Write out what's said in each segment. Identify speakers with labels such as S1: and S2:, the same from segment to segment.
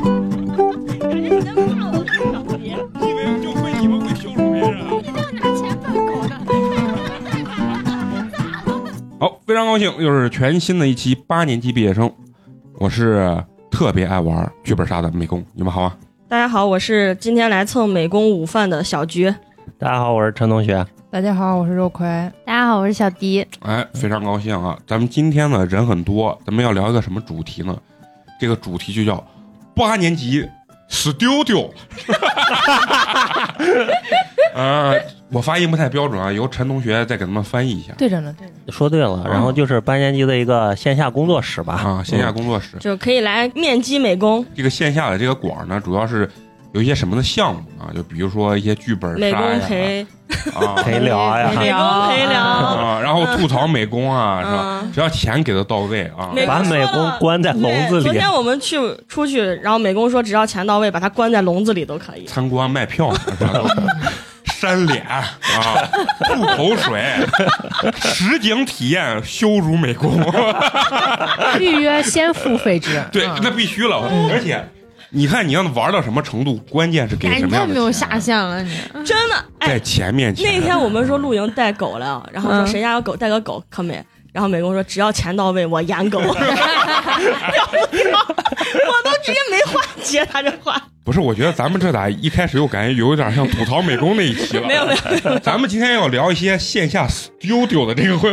S1: 啊高兴，又是全新的一期八年级毕业生。我是特别爱玩剧本杀的美工，你们好吗？啊
S2: 大家好，我是今天来蹭美工午饭的小菊。
S3: 大家好，我是陈同学。
S4: 大家好，我是肉葵。
S5: 大家好，我是小迪。
S1: 哎，非常高兴啊！咱们今天呢人很多，咱们要聊一个什么主题呢？这个主题就叫八年级 studio。呃，我发音不太标准啊，由陈同学再给他们翻译一下
S4: 对着呢，对着呢。
S3: 说对了，然后就是八年级的一个线下工作室吧。
S1: 啊。线下工作室，
S2: 就可以来面基美工、
S1: 这个线下的这个馆儿呢，主要是有一些什么的项目啊？就比如说一些剧本
S2: 美
S1: 杀
S2: 工
S1: 呀
S2: 陪、
S1: 啊
S3: 陪聊
S4: 陪
S2: 美
S3: 呀，
S2: 工陪聊，
S1: 啊，然后吐槽美工啊，是吧？
S2: 嗯，
S1: 只要钱给的到位啊，
S2: 美
S3: 把美工关在笼
S2: 对，
S3: 子
S2: 昨
S3: 里啊
S2: 天。我们去出去，然后美工说只要钱到位，把他关在笼子里都可以。
S1: 参观卖 票，是吧扇脸啊，吐口水， 实景体验羞辱美 工，。
S4: 预约先付费制
S1: 对，
S2: 嗯
S1: 那必须了，而且。你看你要玩到什么程度，关键是给
S5: 哎，
S1: 什
S5: 你
S1: 么
S5: 太
S1: 样的
S5: 没有
S1: 钱啊
S5: 下限了，你
S2: 真的，哎
S1: 在，钱面前。
S2: 那天我们说露营带狗来啊，然后说
S5: 嗯
S2: 谁家有狗带个狗可美，然后美工说只要钱到位，我养狗。然后我都直接没话接他这话，
S1: 不是，我觉得咱们这咋一开始又感觉有点像吐槽美工那一期了？
S2: 没有没
S1: 有。 咱们今天要聊一些线下 studio 的这个 会，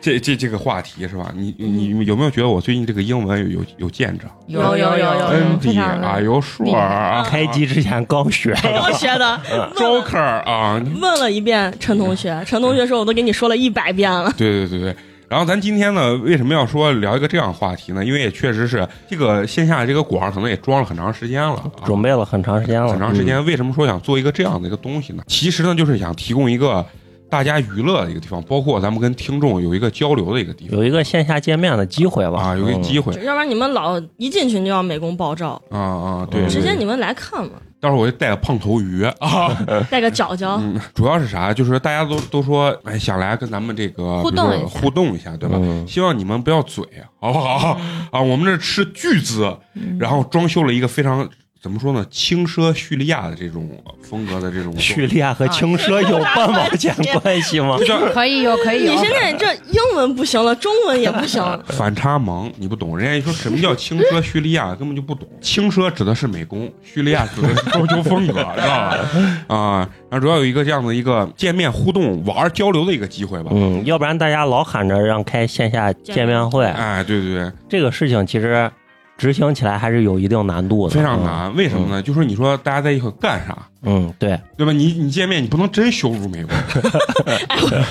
S1: 这这这个话题是吧？你你你有没有觉得我最近这个英文有有有进展？
S2: 有有有有
S1: 真
S5: 嗯非
S1: 的
S5: 常的
S1: 啊，有数儿啊，
S3: 开机之前刚学，
S2: 我学的。
S1: 嗯
S2: 问了
S1: Joker 啊，
S2: 问了一遍陈同学，陈同学说我都给你说了一百遍了。
S1: 对对对对。然后咱今天呢，为什么要说聊一个这样的话题呢？因为也确实是这个线下这个馆儿可能也装了很长时间了、啊，
S3: 准备了很长时间了，
S1: 很长时间。为什么说想做一个这样的一个东西呢？其实呢，就是想提供一个大家娱乐的一个地方，包括咱们跟听众有一个交流的一个地
S3: 嗯。
S1: 方
S3: 有一个线下见面的机会吧，
S1: 啊，有一个机会
S2: 就要不然你们老一进去就要美工爆照，
S1: 啊啊，对，对
S2: 直接
S1: 对
S2: 你们来看嘛，
S1: 到时候我就带个胖头鱼啊，
S2: 带个脚脚，
S1: 嗯， 主要是啥？就是大家都都说，哎，想来跟咱们这个
S5: 互
S1: 比如说
S5: 动一下
S1: 互动一下，对吧？
S3: 嗯
S1: 希望你们不要嘴，好不好？啊，我们这吃巨资，
S5: 嗯
S1: 然后装修了一个非常怎么说呢，轻奢叙利亚的这种风格的这种
S3: 叙利亚和轻奢有半毛钱关系吗？
S1: 就叫
S4: 可以有，可以有
S2: 你。现在这英文不行了，中文也不行了，
S1: 反差萌，你不懂。人家一说什么叫轻奢叙利亚，根本就不懂。 轻奢指的是美工，叙利亚指的是装修风格，知道吧？啊， 然后主要有一个这样的一个见面互动、玩儿交流的一个机会吧。
S3: 嗯，要不然大家老喊着让开线下见面会，
S1: 哎，对对对，
S3: 这个事情其实执行起来还是有一定难度的，
S1: 非常。难。为什么呢？就说你说大家在一块干啥，
S3: 嗯，对，
S1: 对吧？你你见面你不能真羞辱美国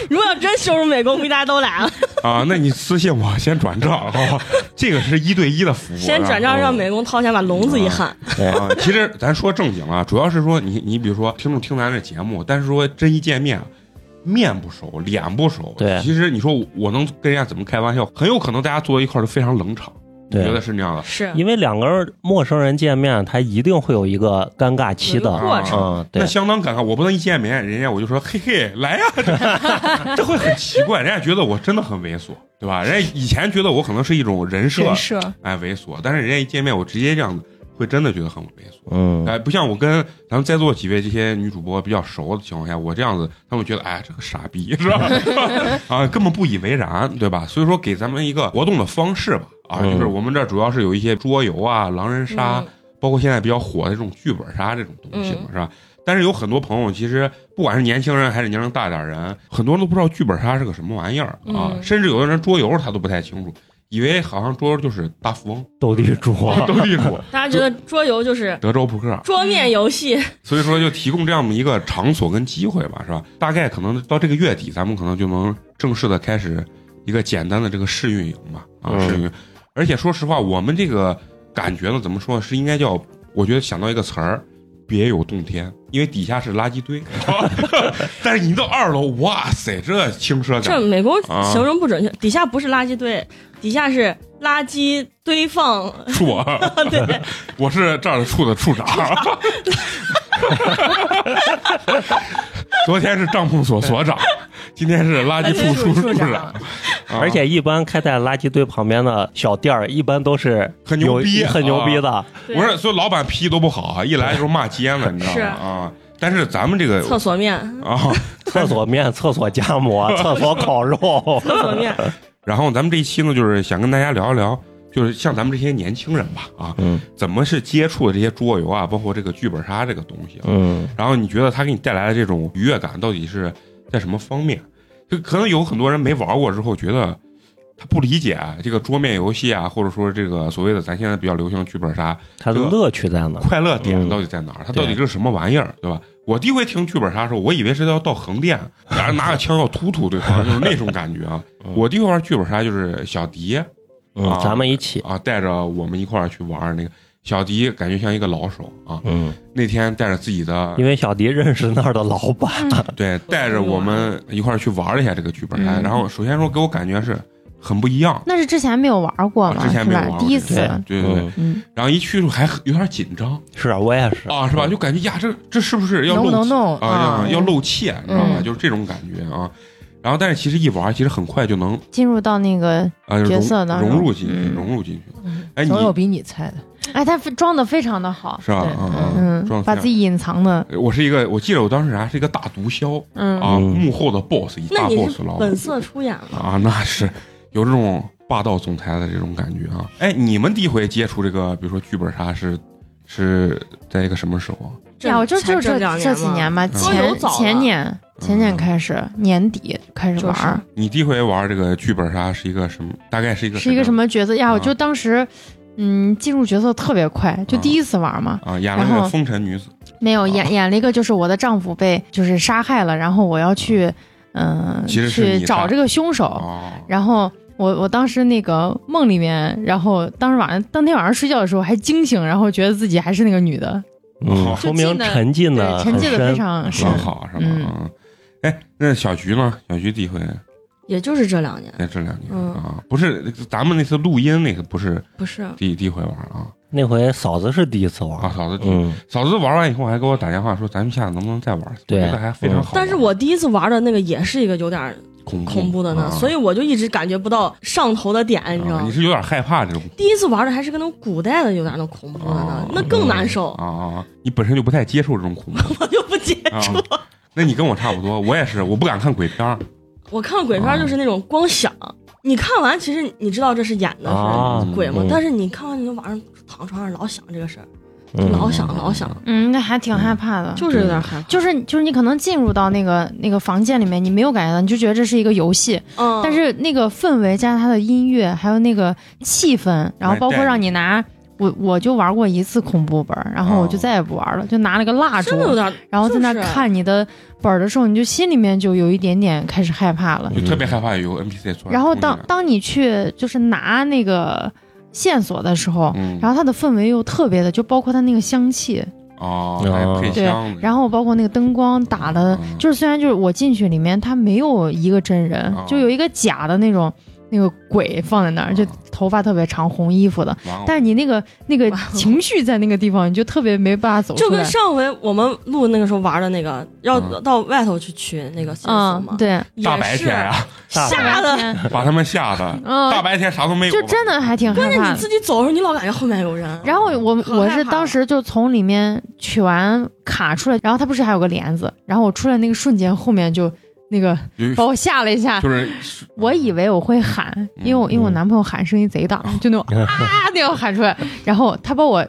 S2: 如果要真羞辱美工，估计大家都来了。
S1: 啊！那你私信我先转账，好吧？这个是一对一的服务。
S2: 先转账让美工掏钱把笼子一焊，
S1: 啊，其实咱说正经啊，主要是说你你比如说听众听咱这节目，但是说真一见面，面不熟，脸不熟，
S3: 对
S1: 其实你说我能跟人家怎么开玩笑？很有可能大家坐在一块儿都非常冷场，你
S3: 对
S1: 觉得是那样的？
S2: 是
S3: 因为两个人陌生人见面，他一定会有一个尴尬期
S2: 有一
S3: 的。
S2: 个过程
S3: 嗯，对
S1: 那，相当尴尬，我不能一见面，人家我就说嘿嘿来呀、这这会很奇怪，人家觉得我真的很猥琐，对吧？人家以前觉得我可能是一种人设，
S4: 人设
S1: 哎猥琐，但是人家一见面我直接这样子，会真的觉得很猥琐。
S3: 嗯，
S1: 哎，不像我跟咱们在座几位这些女主播比较熟的情况下，我这样子，他们觉得哎，这个傻逼是吧？ 啊，根本不以为然，对吧？所以说，给咱们一个活动的方式吧，啊，
S3: 嗯
S1: 就是我们这主要是有一些桌游啊、狼人杀，
S2: 嗯
S1: 包括现在比较火的这种剧本杀这种东西嘛，
S3: 嗯
S1: 是吧？但是有很多朋友其实不管是年轻人还是年龄大点儿人，很多人都不知道剧本杀是个什么玩意儿啊，
S2: 嗯
S1: 甚至有的人桌游他都不太清楚，以为好像桌游就是大富翁、
S3: 斗地主，
S1: 斗地主、
S2: 大家觉得桌游就是
S1: 德州扑克，
S2: 桌面游戏，
S1: 所以说就提供这样的一个场所跟机会吧，是吧？大概可能到这个月底，咱们可能就能正式的开始一个简单的这个试运营吧，啊，
S3: 嗯
S1: 试运营。而且说实话，我们这个感觉呢，怎么说是应该叫，我觉得想到一个词儿。别有洞天，因为底下是垃圾堆，但是你到二楼，哇塞，这轻奢
S2: 这
S1: 感，
S2: 美工
S1: 啊
S2: 形容不准确，底下不是垃圾堆，底下是垃圾堆放，
S1: 是我，
S2: 对，
S1: 啊我是这儿的处的处长。 昨天是帐篷所所长，今天是垃圾处处处长，啊
S3: 而且一般开在垃圾堆旁边的小店儿，一般都是
S1: 很牛
S3: 有
S1: 逼啊
S3: 很牛逼的。
S2: 对
S1: 不是，所以老板脾气都不好，啊一来就骂街呢，你知道
S2: 是
S1: 吗？啊，但是咱们这个
S2: 厕所面，
S1: 啊，
S3: 厕所面、厕所夹馍、厕所烤肉，
S2: 厕所面，
S1: 然后咱们这一期呢，就是想跟大家聊一聊，就是像咱们这些年轻人吧，啊，
S3: 嗯
S1: 怎么是接触的这些桌游啊，包括这个剧本杀这个东西啊，
S3: 嗯
S1: 然后你觉得它给你带来的这种愉悦感到底是在什么方面？就可能有很多人没玩过之后觉得他不理解这个桌面游戏啊，或者说这个所谓的咱现在比较流行的剧本杀，
S3: 它的乐趣在哪？
S1: 快乐点
S3: 嗯
S1: 到底在哪儿？它到底是什么玩意儿，对吧？我第一回听剧本杀的时候，我以为是要到横 店，然后拿个枪要突突对方，就是那种感觉啊。
S3: 嗯
S1: 我第一回玩剧本杀就是小迪
S3: 嗯，咱们一起，
S1: 啊，带着我们一块儿去玩儿那个小迪，感觉像一个老手啊。
S3: 嗯，
S1: 那天带着自己的
S3: 因为小迪认识那儿的老板，
S1: 对，带着
S2: 啊
S1: 我们一块儿去玩了一下这个剧本杀。
S4: 嗯
S1: 然后首先说给我感觉是很不一样，
S5: 那是之前没有玩过
S1: 啊
S5: 嘛，
S1: 之前
S5: 是
S1: 没有
S5: 吧
S1: 玩过
S5: 第一次
S1: 对，对对对。
S3: 嗯
S5: 嗯，
S1: 然后一去的时候还很有点紧张
S3: 是我也
S2: 嗯
S3: 是
S1: 啊，是吧？就感觉呀，这这是不是要
S4: 能
S1: 露
S4: 不能弄
S1: 啊，要要露怯，你知道吧？
S5: 嗯
S1: 就是这种感觉啊。然后，但是其实一玩，其实很快就能
S5: 进入到那个，
S1: 啊
S5: 角色
S1: 融
S5: 当中
S1: 融入进去，
S5: 嗯
S1: 融入进去。哎，你
S4: 总有比你菜的。
S5: 哎，他装的非常的好，
S1: 是吧？
S4: 对
S1: 啊啊，
S5: 嗯
S1: 装，
S5: 把自己隐藏哎的，
S1: 我是一个，我记得我当时还是一个大毒枭
S5: 嗯，
S1: 啊，
S3: 嗯
S1: 幕后的 boss，一
S2: 那
S1: 大
S2: 你
S1: boss
S2: 是
S1: 老板
S2: 本色出演了，
S1: 啊，那是有这种霸道总裁的这种感觉啊。哎，你们第一回接触这个，比如说剧本杀是是在一个什么时候啊？
S5: 哎呀，我就
S2: 才
S5: 就
S2: 这
S5: 这
S2: 两
S5: 这几
S2: 嘛
S5: 年吧，
S1: 桌
S2: 游
S5: 前
S2: 早了
S5: 前年前
S1: 嗯
S5: 年开始，年底开始
S2: 就是
S5: 玩儿，
S1: 你第一回玩这个剧本杀是一个什么？大概是一个
S5: 是一个什
S1: 么
S5: 么角色呀？
S1: 啊
S5: 我就当时，嗯，进入角色特别快，就
S1: 啊
S5: 第一次玩嘛，
S1: 啊？演了
S5: 然
S1: 个
S5: 后
S1: 风尘女子
S5: 没有演演了一个，就是我的丈夫被就是杀害了，然后我要去，嗯，
S1: 其实是你
S5: 去找
S1: 杀
S5: 这个凶
S2: 哦
S5: 手。
S1: 啊，
S5: 然后我我当时那个梦里面，然后当时晚上当天晚上睡觉的时候还惊醒，然后觉得自己还是那个女的，
S3: 嗯，说明沉浸的
S5: 对，沉浸的非常
S1: 挺
S5: 深。
S1: 好是吧？
S5: 嗯
S1: 嗯。哎，那小菊呢？小菊第一回
S2: 也就是这两年，
S1: 在这两年、
S2: 嗯
S1: 啊，不是咱们那次录音那个不是
S2: 不是
S1: 第第一回玩啊
S3: 那回嫂子是第一次
S1: 啊，
S3: 玩，
S1: 嫂子第、
S3: 嗯，
S1: 嫂子玩完以后还给我打电话说，咱们下次能不能再玩？
S3: 对啊嗯
S1: 我觉得还非常好玩。啊
S2: 但是我第一次玩的那个也是一个有点
S1: 恐怖
S2: 恐怖的呢，
S1: 啊
S2: 所以我就一直感觉不到上头的点，你知道
S1: 啊
S2: 吗
S1: 你？是有点害怕这种
S2: 第一次玩的还是跟那种古代的有点那恐怖的
S1: 啊
S2: 呢，那更难受，
S1: 啊啊，啊你本身就不太接受这种恐怖
S2: 我就不接
S1: 啊
S2: 触。。
S1: 那你跟我差不多，我也是，我不敢看鬼片儿
S2: 我看鬼片就是那种光想，你看完其实你知道这是演的
S3: 啊
S2: 是鬼嘛
S3: 嗯，
S2: 但是你看完你就晚上躺床上老想这个事儿，
S3: 嗯
S2: 老想老想，
S5: 嗯，那还挺害怕的，
S2: 就是有点害怕。
S5: 就是就是你可能进入到那个那个房间里面，你没有感觉到，你就觉得这是一个游戏，
S2: 嗯，
S5: 但是那个氛围加上它的音乐，还有那个气氛，然后包括让你拿我我就玩过一次恐怖本儿，然后我就再也不玩了，就拿了个蜡烛
S2: 真，的有点，
S5: 然后在那
S2: 就是
S5: 看你的本儿的时候，你就心里面就有一点点开始害怕了。
S1: 就
S3: 嗯
S1: 特别害怕有 NPC 出来。
S5: 然后当当你去就是拿那个线索的时候，
S1: 嗯，
S5: 然后它的氛围又特别的，就包括它那个香气，
S2: 嗯
S1: 后啊，还配
S5: 对
S1: 香，，
S5: 然后包括那个灯光打的，
S1: 嗯
S5: 就是虽然就是我进去里面它没有一个真人
S1: 嗯，
S5: 就有一个假的那种那个鬼放在那儿，就
S1: 嗯
S5: 头发特别长，红衣服的，
S1: 完了
S5: 但是你那个那个
S2: 哇哦
S5: 情绪在那个地方，你就特别没办法走
S2: 就
S5: 出
S2: 跟
S5: 来。
S2: 上回我们录那个时候玩的那个，要
S1: 嗯
S2: 到外头去取那个线索
S5: 嗯
S2: 嘛，，
S5: 对，
S2: 也
S1: 大白
S2: 是
S1: 天 啊，
S3: 大白
S2: 吓的，
S5: 天
S1: 把他们吓得大
S5: 嗯，
S1: 白天啥都没有，
S5: 就真的还挺
S2: 关
S5: 害
S2: 键
S5: 怕
S2: 你
S5: 的。
S2: 自己走的时候，你老感觉后面有人，
S5: 然后我
S2: 可
S5: 我
S2: 害
S5: 是
S2: 怕
S5: 当
S2: 了
S5: 时就从里面取完卡出来，然后它不是还有个帘子，然后我出来那个瞬间，后面就那 个
S1: 有
S5: 把我吓了一下，
S1: 就是
S5: 我以为我会喊，
S1: 嗯
S5: 因为我因为我
S3: 嗯
S5: 男朋友喊声音 贼大，就那种啊那样喊出来，然后他把我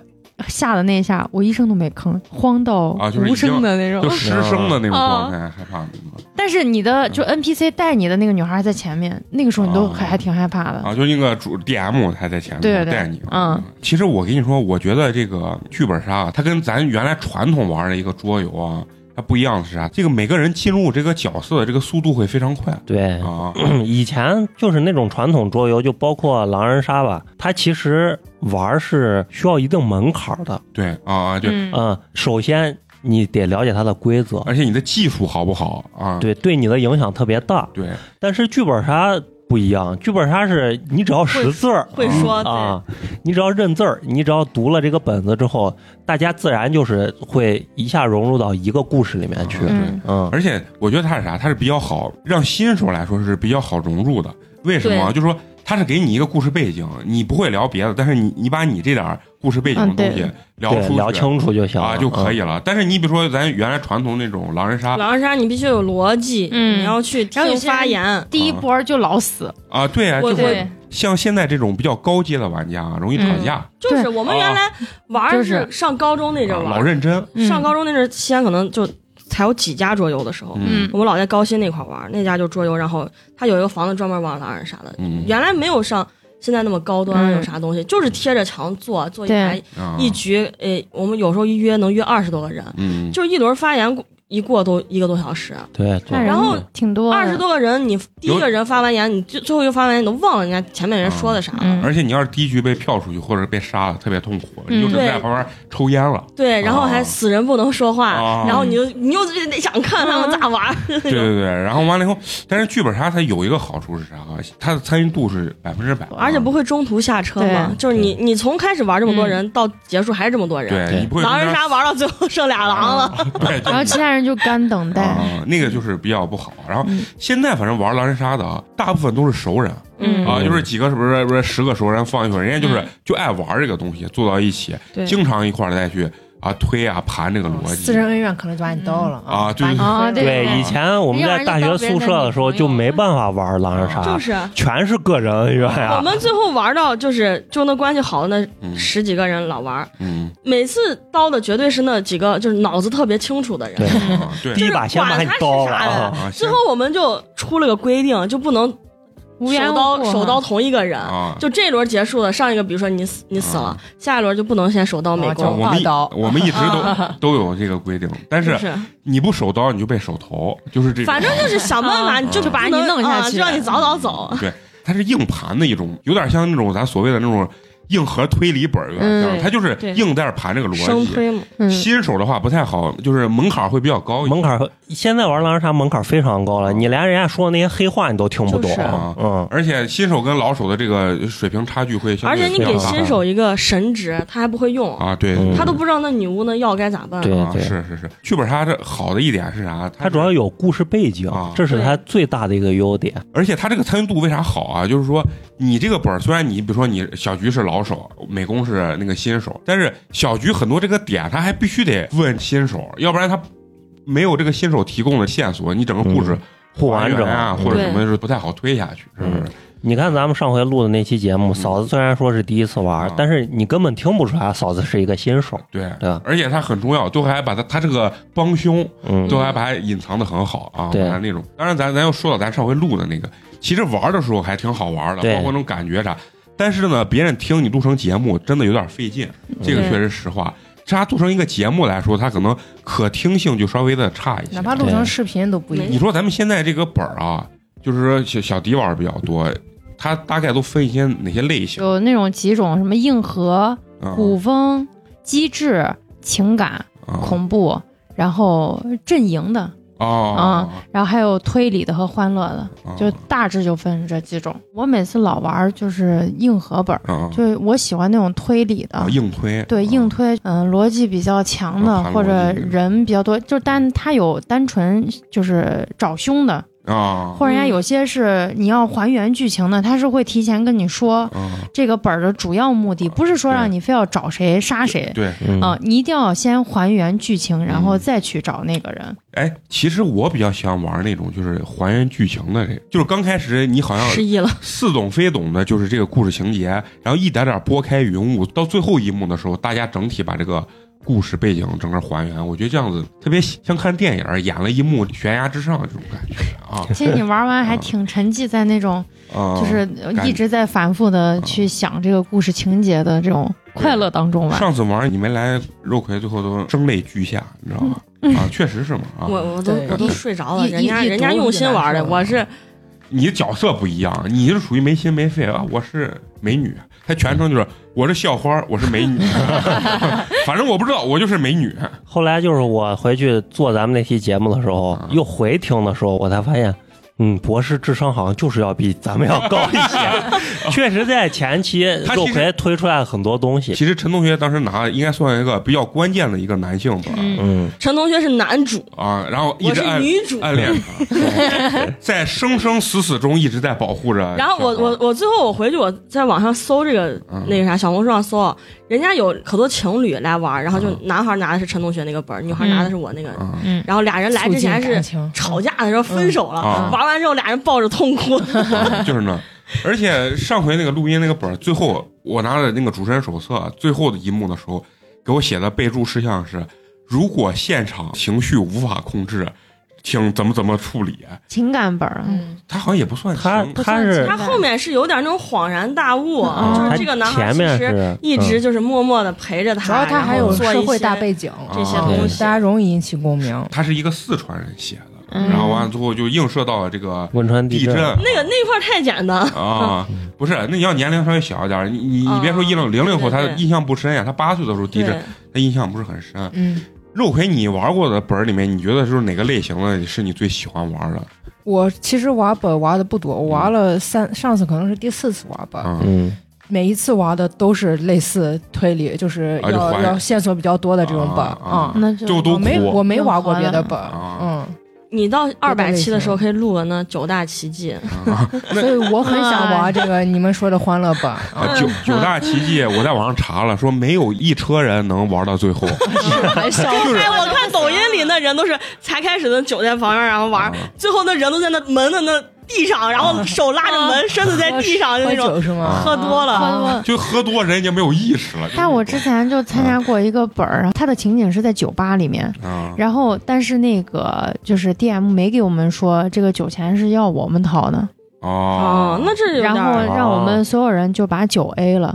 S5: 吓的那一下，我一声都没吭，慌到
S1: 啊就是已经
S5: 无声的那种。
S1: 就失 声的那种状
S2: 哦
S1: 态，害怕明白
S5: 但是你的就
S1: 嗯
S5: NPC 带你的那个女孩在前面，那个时候你都还、
S1: 啊
S5: 还挺害怕的。
S1: 啊，就那个主 DM 他在前
S5: 嗯对
S1: 面
S5: 对对
S1: 带你，
S5: 嗯，
S1: 其实我跟你说，我觉得这个剧本杀啊，它跟咱原来传统玩的一个桌游啊，它不一样的是啥？这个每个人进入这个角色的这个速度会非常快
S3: 对，嗯
S1: 啊，
S3: 以前就是那种传统桌游，就包括狼人杀吧，它其实玩儿是需要一定门槛儿的。
S1: 对啊，对，
S5: 嗯，
S3: 嗯，首先你得了解它的规则，
S2: 嗯
S1: 而且你的技术好不好啊？
S3: 对对你的影响特别大。
S1: 对，
S3: 但是剧本杀不一样，剧本杀是你只要识字儿
S2: 会说
S1: 哦
S2: 对，
S3: 啊，你只要认字儿，你只要读了这个本子之后，大家自然就是会一下融入到一个故事里面去。
S1: 嗯
S3: 嗯，
S1: 而且我觉得它是啥？它是比较好，让新手来说是比较好融入的。为什么啊？就说它是给你一个故事背景，你不会聊别的，但是你你把你这点儿故事背景的
S5: 嗯对
S1: 东西聊
S3: 对
S1: 出去
S3: 聊清楚就行嗯
S1: 啊就可
S3: 以。
S1: 以了。但是你比如说咱原来传统那种狼人杀
S2: 狼人杀你必须有逻辑，
S5: 嗯
S2: 你要去
S5: 然后有
S2: 听
S5: 些人
S2: 发言。
S5: 第一波就老死，
S1: 啊，对啊，
S2: 我嗯
S1: 就
S2: 我
S1: 是像现在这种比较高阶的玩家啊容易吵架，
S2: 就是
S5: 对
S2: 我们原来玩
S5: 就
S2: 儿
S5: 是
S2: 是上高中那阵
S1: 哦啊
S2: 儿玩
S1: 老
S2: 儿，
S1: 认真，
S5: 嗯
S2: 上高中那阵儿西安可能就才有几家桌游的时候，
S5: 嗯
S2: 我们老在高新那块儿玩儿，那家就桌游，然后他有一个房子专门玩狼人杀的，
S1: 嗯
S2: 原来没有上现在那么高端
S5: 嗯
S2: 有啥东西，就是贴着墙做做一
S5: 对
S2: 排
S1: 啊
S2: 一局，诶，我们有时候一约能约二十多个人，
S1: 嗯
S2: 就是一轮发言一过都一个多小时，
S3: 对，
S5: 那
S3: 对
S5: 人
S2: 然后
S5: 挺多的，
S2: 二十多个人，你第一个人发完言，你最最后一个发完言，你都忘了人家前面人说的啥了。
S5: 嗯
S1: 而且你要是第一局被票出去或者被杀了，特别痛苦，
S5: 嗯
S1: 你就只能在
S2: 对
S1: 旁边抽烟了。
S2: 对，然后
S1: 哦
S2: 还死人不能说话，
S1: 哦
S2: 然后你就你又得想看他
S5: 嗯
S2: 们咋玩儿。
S1: 对对对，然后完了以后，但是剧本杀它有一个好处是啥啊？它的参与度是百分之百，啊
S2: 而且不会中途下车嘛
S5: 对，嗯
S2: 就是你你从开始玩这么多人到结束还是这么多人，
S1: 对，你不会哦
S2: 狼人杀玩到最后剩俩狼了，
S1: 中间，对，就
S5: 然后其他人就干等待，
S1: 啊，那个就是比较不好。啊然后
S2: 嗯
S1: 现在反正玩狼人杀的啊，大部分都是熟人
S5: 嗯
S1: 啊，
S3: 嗯
S1: 就是几个是不是不是十个熟人放一块儿，人家就是
S5: 嗯
S1: 就爱玩这个东西，坐到一起，
S5: 对哦
S1: 经常一块儿再去啊推啊盘这个逻辑
S4: 私人恩怨可能就把你兜了
S1: 啊对
S4: 把你
S5: 啊
S4: 推
S5: 对
S4: 了
S3: 对，以前我们在大学宿舍的时候就没办法玩狼人
S1: 啊
S3: 杀
S2: 就，是。
S3: 全是个人恩怨
S2: 我
S3: 呀。
S2: 们最后玩到就是就那关系好的
S1: 嗯
S2: 那十几个人老玩儿，
S1: 嗯，
S2: 每次刀的绝对是那几个就是脑子特别清楚的人
S3: 对。
S1: 啊对
S3: 第一把先把你
S2: 就
S3: 刀了
S2: 是管他是啥
S3: 啊
S2: 的！
S1: 啊，
S2: 最
S1: 行
S2: 后我们就出了个规定，就不能
S5: 无缘
S2: 手
S5: 无
S2: 刀
S5: 故
S2: 手刀同一个人。
S1: 啊，
S2: 就这一轮结束了，上一个比如说你死你死了，下一轮就不能先手刀美
S1: 啊我
S2: 工，
S1: 们一
S4: 刀
S1: 我们一直都都有这个规定，但
S2: 就是是
S1: 你不手刀你就被手头，就是这种。
S2: 反正就是想办
S5: 啊
S2: 法，你就
S1: 就
S5: 把你
S2: 不能
S5: 弄下
S2: 啊
S5: 去
S2: 就让你早早走。
S1: 对，它是硬盘的一种，有点像那种咱所谓的那种硬核推理本儿，有点像，
S5: 嗯
S1: 它就是
S5: 对
S1: 硬在这盘这个逻
S2: 生
S1: 辑。
S2: 推嘛，
S5: 嗯
S1: 新手的话不太好，就是门槛会比较高一点
S3: 门槛现在玩狼人杀门槛非常高了，你连人家说的那些黑话你都听不懂
S2: 就是
S1: 啊。
S3: 嗯，
S1: 而且新手跟老手的这个水平差距会相
S2: 而且
S1: 对
S2: 你
S1: 比较
S2: 给
S1: 大
S2: 新手一个神职，他还不会用，
S1: 啊，对，
S3: 嗯
S2: 他都不知道那女巫那药该咋办。
S3: 对
S1: 啊，
S3: 对。
S1: 是是是，剧本杀这好的一点是啥？它
S3: 它主要有故事背景
S1: 啊，
S3: 这是它最大的一个优点。
S1: 而且它这个参与度为啥好啊？就是说，你这个本儿虽然你比如说你小菊是老手，美工是那个新手，但是小菊很多这个点他还必须得问新手，要不然他没有这个新手提供的线索，你整个故事
S3: 嗯
S1: 不完整啊，或
S3: 不完整
S1: 者什么是不太好推下去，是不是
S3: 嗯？你看咱们上回录的那期节目，嫂子虽然说是第一次
S1: 嗯
S3: 玩
S1: 啊，
S3: 但是你根本听不出来嫂子是一个新手。
S1: 对
S3: 对吧
S1: 而且他很重要，都还把他他这个帮凶
S3: 嗯
S1: 都还把它隐藏的很好啊，
S3: 对
S1: 把它那种。当然咱，咱要说到咱上回录的那个，其实玩的时候还挺好玩的，
S3: 对
S1: 包括那种感觉啥。但是呢，别人听你录成节目真的有点费劲，这个
S3: 嗯
S2: 对
S1: 确实实话。它做成一个节目来说，它可能可听性就稍微的差一些
S4: 哪。怕录成视频都不一
S1: 你
S4: 样。
S1: 说咱们现在这个本儿啊，就是说小小迪玩的比较多，他大概都分一些哪些类型？
S5: 有那种几种什么硬核、
S1: 啊
S5: 古风、机制、情感、
S1: 啊
S5: 恐怖，然后阵营的，
S1: 哦
S5: 然后还有推理的和欢乐的，
S1: 啊
S5: 啊就大致就分这几种。我每次老玩儿就是硬核本儿，
S1: 啊
S5: 就是我喜欢那种推理的
S1: 啊，硬推
S5: 对
S1: 啊
S5: 硬推，嗯，逻辑比较强的
S1: 啊盘逻辑
S5: 或者人比较多，就是单它有单纯就是找凶的，
S1: 啊
S5: 或者人家有些是你要还原剧情的，他是会提前跟你说
S1: 啊，
S5: 这个本儿的主要目的，不是说
S1: 对
S5: 让你非要找谁杀谁。
S1: 对，
S3: 嗯
S5: 啊、你一定要先还原剧情，然后
S1: 嗯
S5: 再去找那个 人。
S1: 哎，其实我比较喜欢玩那种就是还原剧情的，这个就是刚开始你好
S2: 失
S1: 像
S2: 忆了，
S1: 似懂非懂的，就是这个故事情节，然后一点点拨开云雾，到最后一幕的时候，大家整体把这个故事背景整个还原，我觉得这样子特别像看电影儿演了一幕悬崖之上这种感觉 啊
S5: 其实你玩完还
S1: 啊
S5: 挺沉浸在那种，
S1: 啊！
S5: 就是
S1: 感
S5: 一直在反复的去想这个故事情节的这种快乐当中吧。
S1: 上次玩你没来，肉葵最后都声泪俱下，你知道吗？
S5: 嗯
S1: 啊，确实是嘛啊！
S2: 我我都
S4: 对
S2: 我都睡着了，
S4: 一
S2: 人家
S4: 一一
S2: 人家用心玩的，
S4: 读一读
S2: 我是
S1: 你角色不一样，你是属于没心没肺啊，我是美女，她全称就是我是校花，我是美 女，反正我不知道，我就是美女
S3: 后来就是我回去做咱们那期节目的时候
S1: 啊，
S3: 又回听的时候，我才发现，嗯，博士智商好像就是要比咱们要高一些。 确实，在前期
S1: 他
S3: 肉
S1: 其实
S3: 魁推出来很多东西。
S1: 其实陈同学当时拿应该算一个比较关键的一个男性吧，
S5: 嗯，
S3: 嗯，
S2: 陈同学是男主，
S1: 啊，然后一
S2: 我
S1: 直
S2: 是
S1: 暗
S2: 女主。
S1: 暗恋他，在生生死死中一直在保护
S3: 啊
S1: 着。
S2: 然后我我我最后我回去我在网上搜这个
S1: 嗯
S2: 那个啥小红书上搜啊，人家有可多情侣来玩，然后
S3: 嗯
S2: 就男孩拿的是陈同学那个本儿，女孩拿的是我那个，
S1: 啊，
S5: 嗯，
S2: 然后俩人来之前
S4: 促进感
S2: 是
S4: 情
S2: 吵架的时候分手了，
S1: 嗯啊
S2: 玩完之后俩人抱着痛哭，
S4: 嗯
S1: 啊 就是呢。而且上回那个录音那个本儿，最后我拿了那个主持人手册，最后的一幕的时候，给我写的备注事项是：如果现场情绪无法控制，请怎么怎么处理。
S5: 情感本儿啊，
S4: 嗯，
S1: 他好像也不算
S3: 他
S1: 情，
S3: 他是
S2: 他后面是有点那种恍然大悟，
S4: 嗯
S5: 啊
S2: 就
S3: 他
S2: 是这个男孩
S3: 前
S2: 其
S3: 面
S2: 实
S3: 是嗯
S2: 一直就是默默的陪着他，
S4: 主要他还
S2: 然
S4: 有
S2: 后做
S4: 社
S2: 一
S4: 会
S2: 些
S4: 大背景，
S2: 这些
S1: 啊
S2: 东
S4: 大
S2: 西。
S4: 家容易引起共鸣。
S1: 他是一个四川人写的，
S5: 嗯
S1: 然后完了之后就映射到了这个
S3: 汶川
S1: 地
S3: 震嗯
S1: 震，
S2: 嗯那个那块儿太简单了，
S1: 啊，不是，那你要年龄稍微小一点儿，你你你
S2: 啊
S1: 别说一零零零后，
S2: 对
S1: 他
S2: 对
S1: 印象不深呀，他八岁的时候地
S2: 对
S1: 震，他印象不是很深。
S4: 嗯，
S1: 肉魁，你玩过的本儿里面，你觉得就是哪个类型的是你最喜欢玩的？
S4: 我其实玩本玩的不多，我玩了三，上次可能是第四次玩本，
S1: 啊，
S3: 嗯，
S4: 每一次玩的都是类似推理，就是
S1: 啊就
S4: 要、
S1: 还
S4: 要线索比较多的这种本
S1: 啊啊
S4: 啊。
S5: 那就
S1: 就都
S4: 我没
S1: 苦
S4: 我没玩过别的本，嗯
S1: 啊
S2: 你到二百
S4: 类
S2: 期的
S4: 型
S2: 时候可以录个那九大奇迹，
S1: 啊
S4: 嗯，所以我很 想
S2: 哎
S4: 玩这个你们说的欢乐本啊。
S1: 九 九大奇迹，我在网上查了，说没有一车人能玩到最后。
S4: 还笑
S1: 就是
S2: 哎，我看抖音里那人都是才开始的酒在旁边，然后玩，
S1: 啊
S2: 最后那人都在那门的那地上，然后手拉着门，身子在地上，就
S4: 喝
S2: 那种
S4: 酒是
S1: 啊
S4: 吗？
S2: 喝多了。嗯
S5: 喝多。
S1: 就喝多人已经没有意识了。
S5: 但我之前就参加过一个本
S1: 嗯
S5: 儿，然后它的情景是在酒吧里面，
S1: 啊，
S5: 然后但是那个就是 DM 没给我们说这个酒钱是要我们掏的，
S1: 哦
S2: 哦，，那这有点
S5: 然后
S2: 儿
S5: 让我们所有人就把酒 A 了，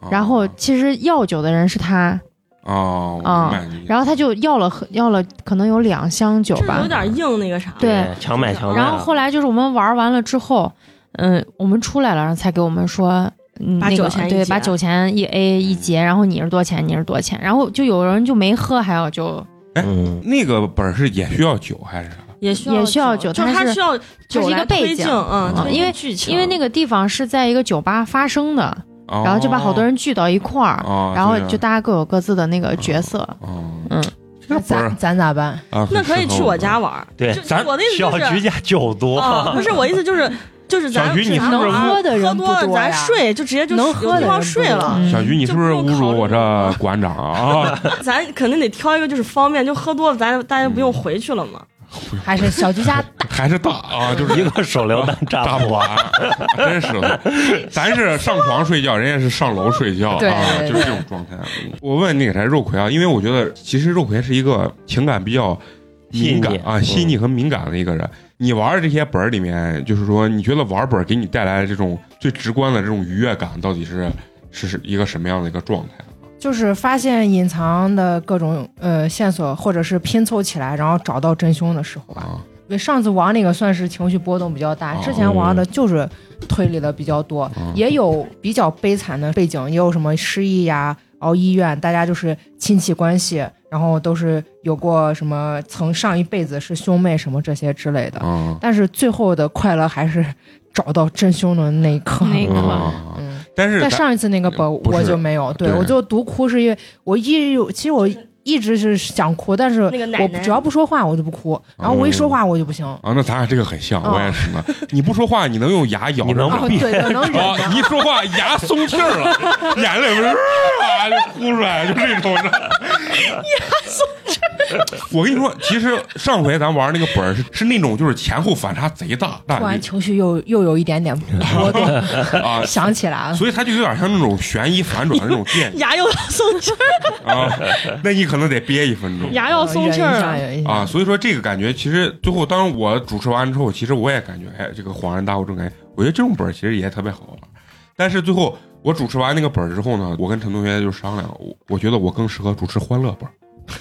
S1: 啊
S5: 然后其实要酒的人是他，
S1: 哦，我明白你
S5: 然后他就要了很要了可能有两箱酒
S2: 这
S5: 吧
S2: 有，点硬那个啥。
S5: 对
S3: 强买强卖。
S5: 然后后来就是我们玩完了之后，嗯，我们出来了，然后才给我们说。嗯，
S2: 把
S5: 那
S2: 酒
S5: 个
S2: 钱一
S5: 对，
S2: 结
S5: 把酒钱一 A 一
S1: 嗯
S5: 结，然后你是多少钱，你是多少钱，然后就有人就没喝，还有就
S1: 哎
S3: 嗯，
S1: 那个本儿是也需要酒还是啥？
S2: 也需要
S5: 也需要酒
S2: 就是
S5: 它
S2: 它
S5: 是
S2: 需要
S5: 就是是一
S2: 来
S5: 个
S2: 推
S5: 背
S2: 进，
S5: 景，
S2: 嗯，
S5: 嗯
S2: 推进
S5: 因为
S2: 剧情，
S5: 因为那个地方是在一个酒吧发生的，
S1: 哦
S5: 然后就把好多人聚到一块儿，
S1: 哦
S5: 然后
S1: 这样
S5: 就大家各有各自的那个角色。
S1: 哦，
S5: 嗯，
S1: 这本儿
S4: 咱咱咋办？
S1: 啊，
S2: 那可以去我家玩儿。
S3: 对，
S2: 就
S3: 咱
S2: 我的意思就
S3: 小
S2: 是
S3: 菊家酒多，
S2: 啊，不是我意思就是就是咱
S1: 小菊你是不是
S2: 咱玩儿
S4: 能喝的人
S2: 喝多了
S4: 不多
S2: 咱
S4: 呀
S2: 睡就直接就
S4: 能
S2: 有
S4: 喝的
S2: 地方
S4: 人
S2: 睡
S4: 不多
S2: 了，
S5: 嗯
S1: 小菊，你是不是侮辱我这馆长啊？
S2: 咱肯定得挑一个就是方便，就喝多了咱大家
S1: 嗯
S2: 不用回去了嘛。
S4: 还是小居家
S1: 还是大啊，就是
S3: 一个手榴弹炸
S1: 大
S3: 不
S1: 不
S3: 完。
S1: 完，真是的。咱是上床睡觉，人家是上楼睡觉
S4: 对
S1: 啊，
S4: 对
S1: 就是这种状态。我问那个谁肉魁啊，因为我觉得其实肉魁是一个情感比较敏感
S3: 细腻
S1: 啊、
S3: 嗯
S1: 细腻和敏感的一个人。你玩的这些本儿里面，就是说你觉得玩本儿给你带来的这种最直观的这种愉悦感，到底是是是一个什么样的一个状态？
S4: 就是发现隐藏的各种呃线索，或者是拼凑起来，然后找到真凶的时候吧。
S1: 啊，
S4: 对，上次玩那个算是情绪波动比较大，
S1: 哦
S4: 之前玩的就是推理的比较多，
S1: 嗯
S4: 也有比较悲惨的背景，也有什么失忆呀、熬医院，大家就是亲戚关系，然后都是有过什么曾上一辈子是兄妹什么这些之类的。
S1: 啊
S4: 但是最后的快乐还是找到真凶的那一刻。
S5: 那一刻
S1: 啊！
S4: 嗯，
S1: 但是
S4: 但
S1: 咱
S4: 上一次那个本
S1: 不是
S4: 我就没有，对
S1: 对
S4: 我就独哭，是因为我一有，其实我一直是想哭，但是
S2: 那个奶
S4: 我
S2: 奶
S4: 只要不说话我就不哭，然后我一说话我就不行。
S1: 啊，那咱俩这个很像，
S4: 哦
S1: 我也是呢。你不说话，你能用牙咬着
S3: 你能
S1: 吗
S3: 不
S4: 哦，对，我能忍
S1: 啊
S4: 的。！
S1: 你一说话牙松气儿了，眼泪不是啊就哭出来，就这种的。牙松气儿。我跟你说，其实上回咱玩那个本儿是是那种就是前后反差贼大，
S4: 突
S1: 那
S4: 然情绪又又有一 点点 波动，
S1: 啊，
S4: 想起来了。
S1: 所以它就有点像那种悬疑反转的那种电影
S2: 牙又要松气 儿，
S1: 啊。那你可能得憋一分钟
S2: 牙要松气儿了。
S4: 忍一下
S1: 啊。，所以说这个感觉，其实最后当我主持完之后，其实我也感觉，哎，这个恍然大悟这种感觉，我觉得这种本儿其实也特别好玩。但是最后我主持完那个本儿之后呢，我跟陈同学就商量，我我觉得我更适合主持欢乐本儿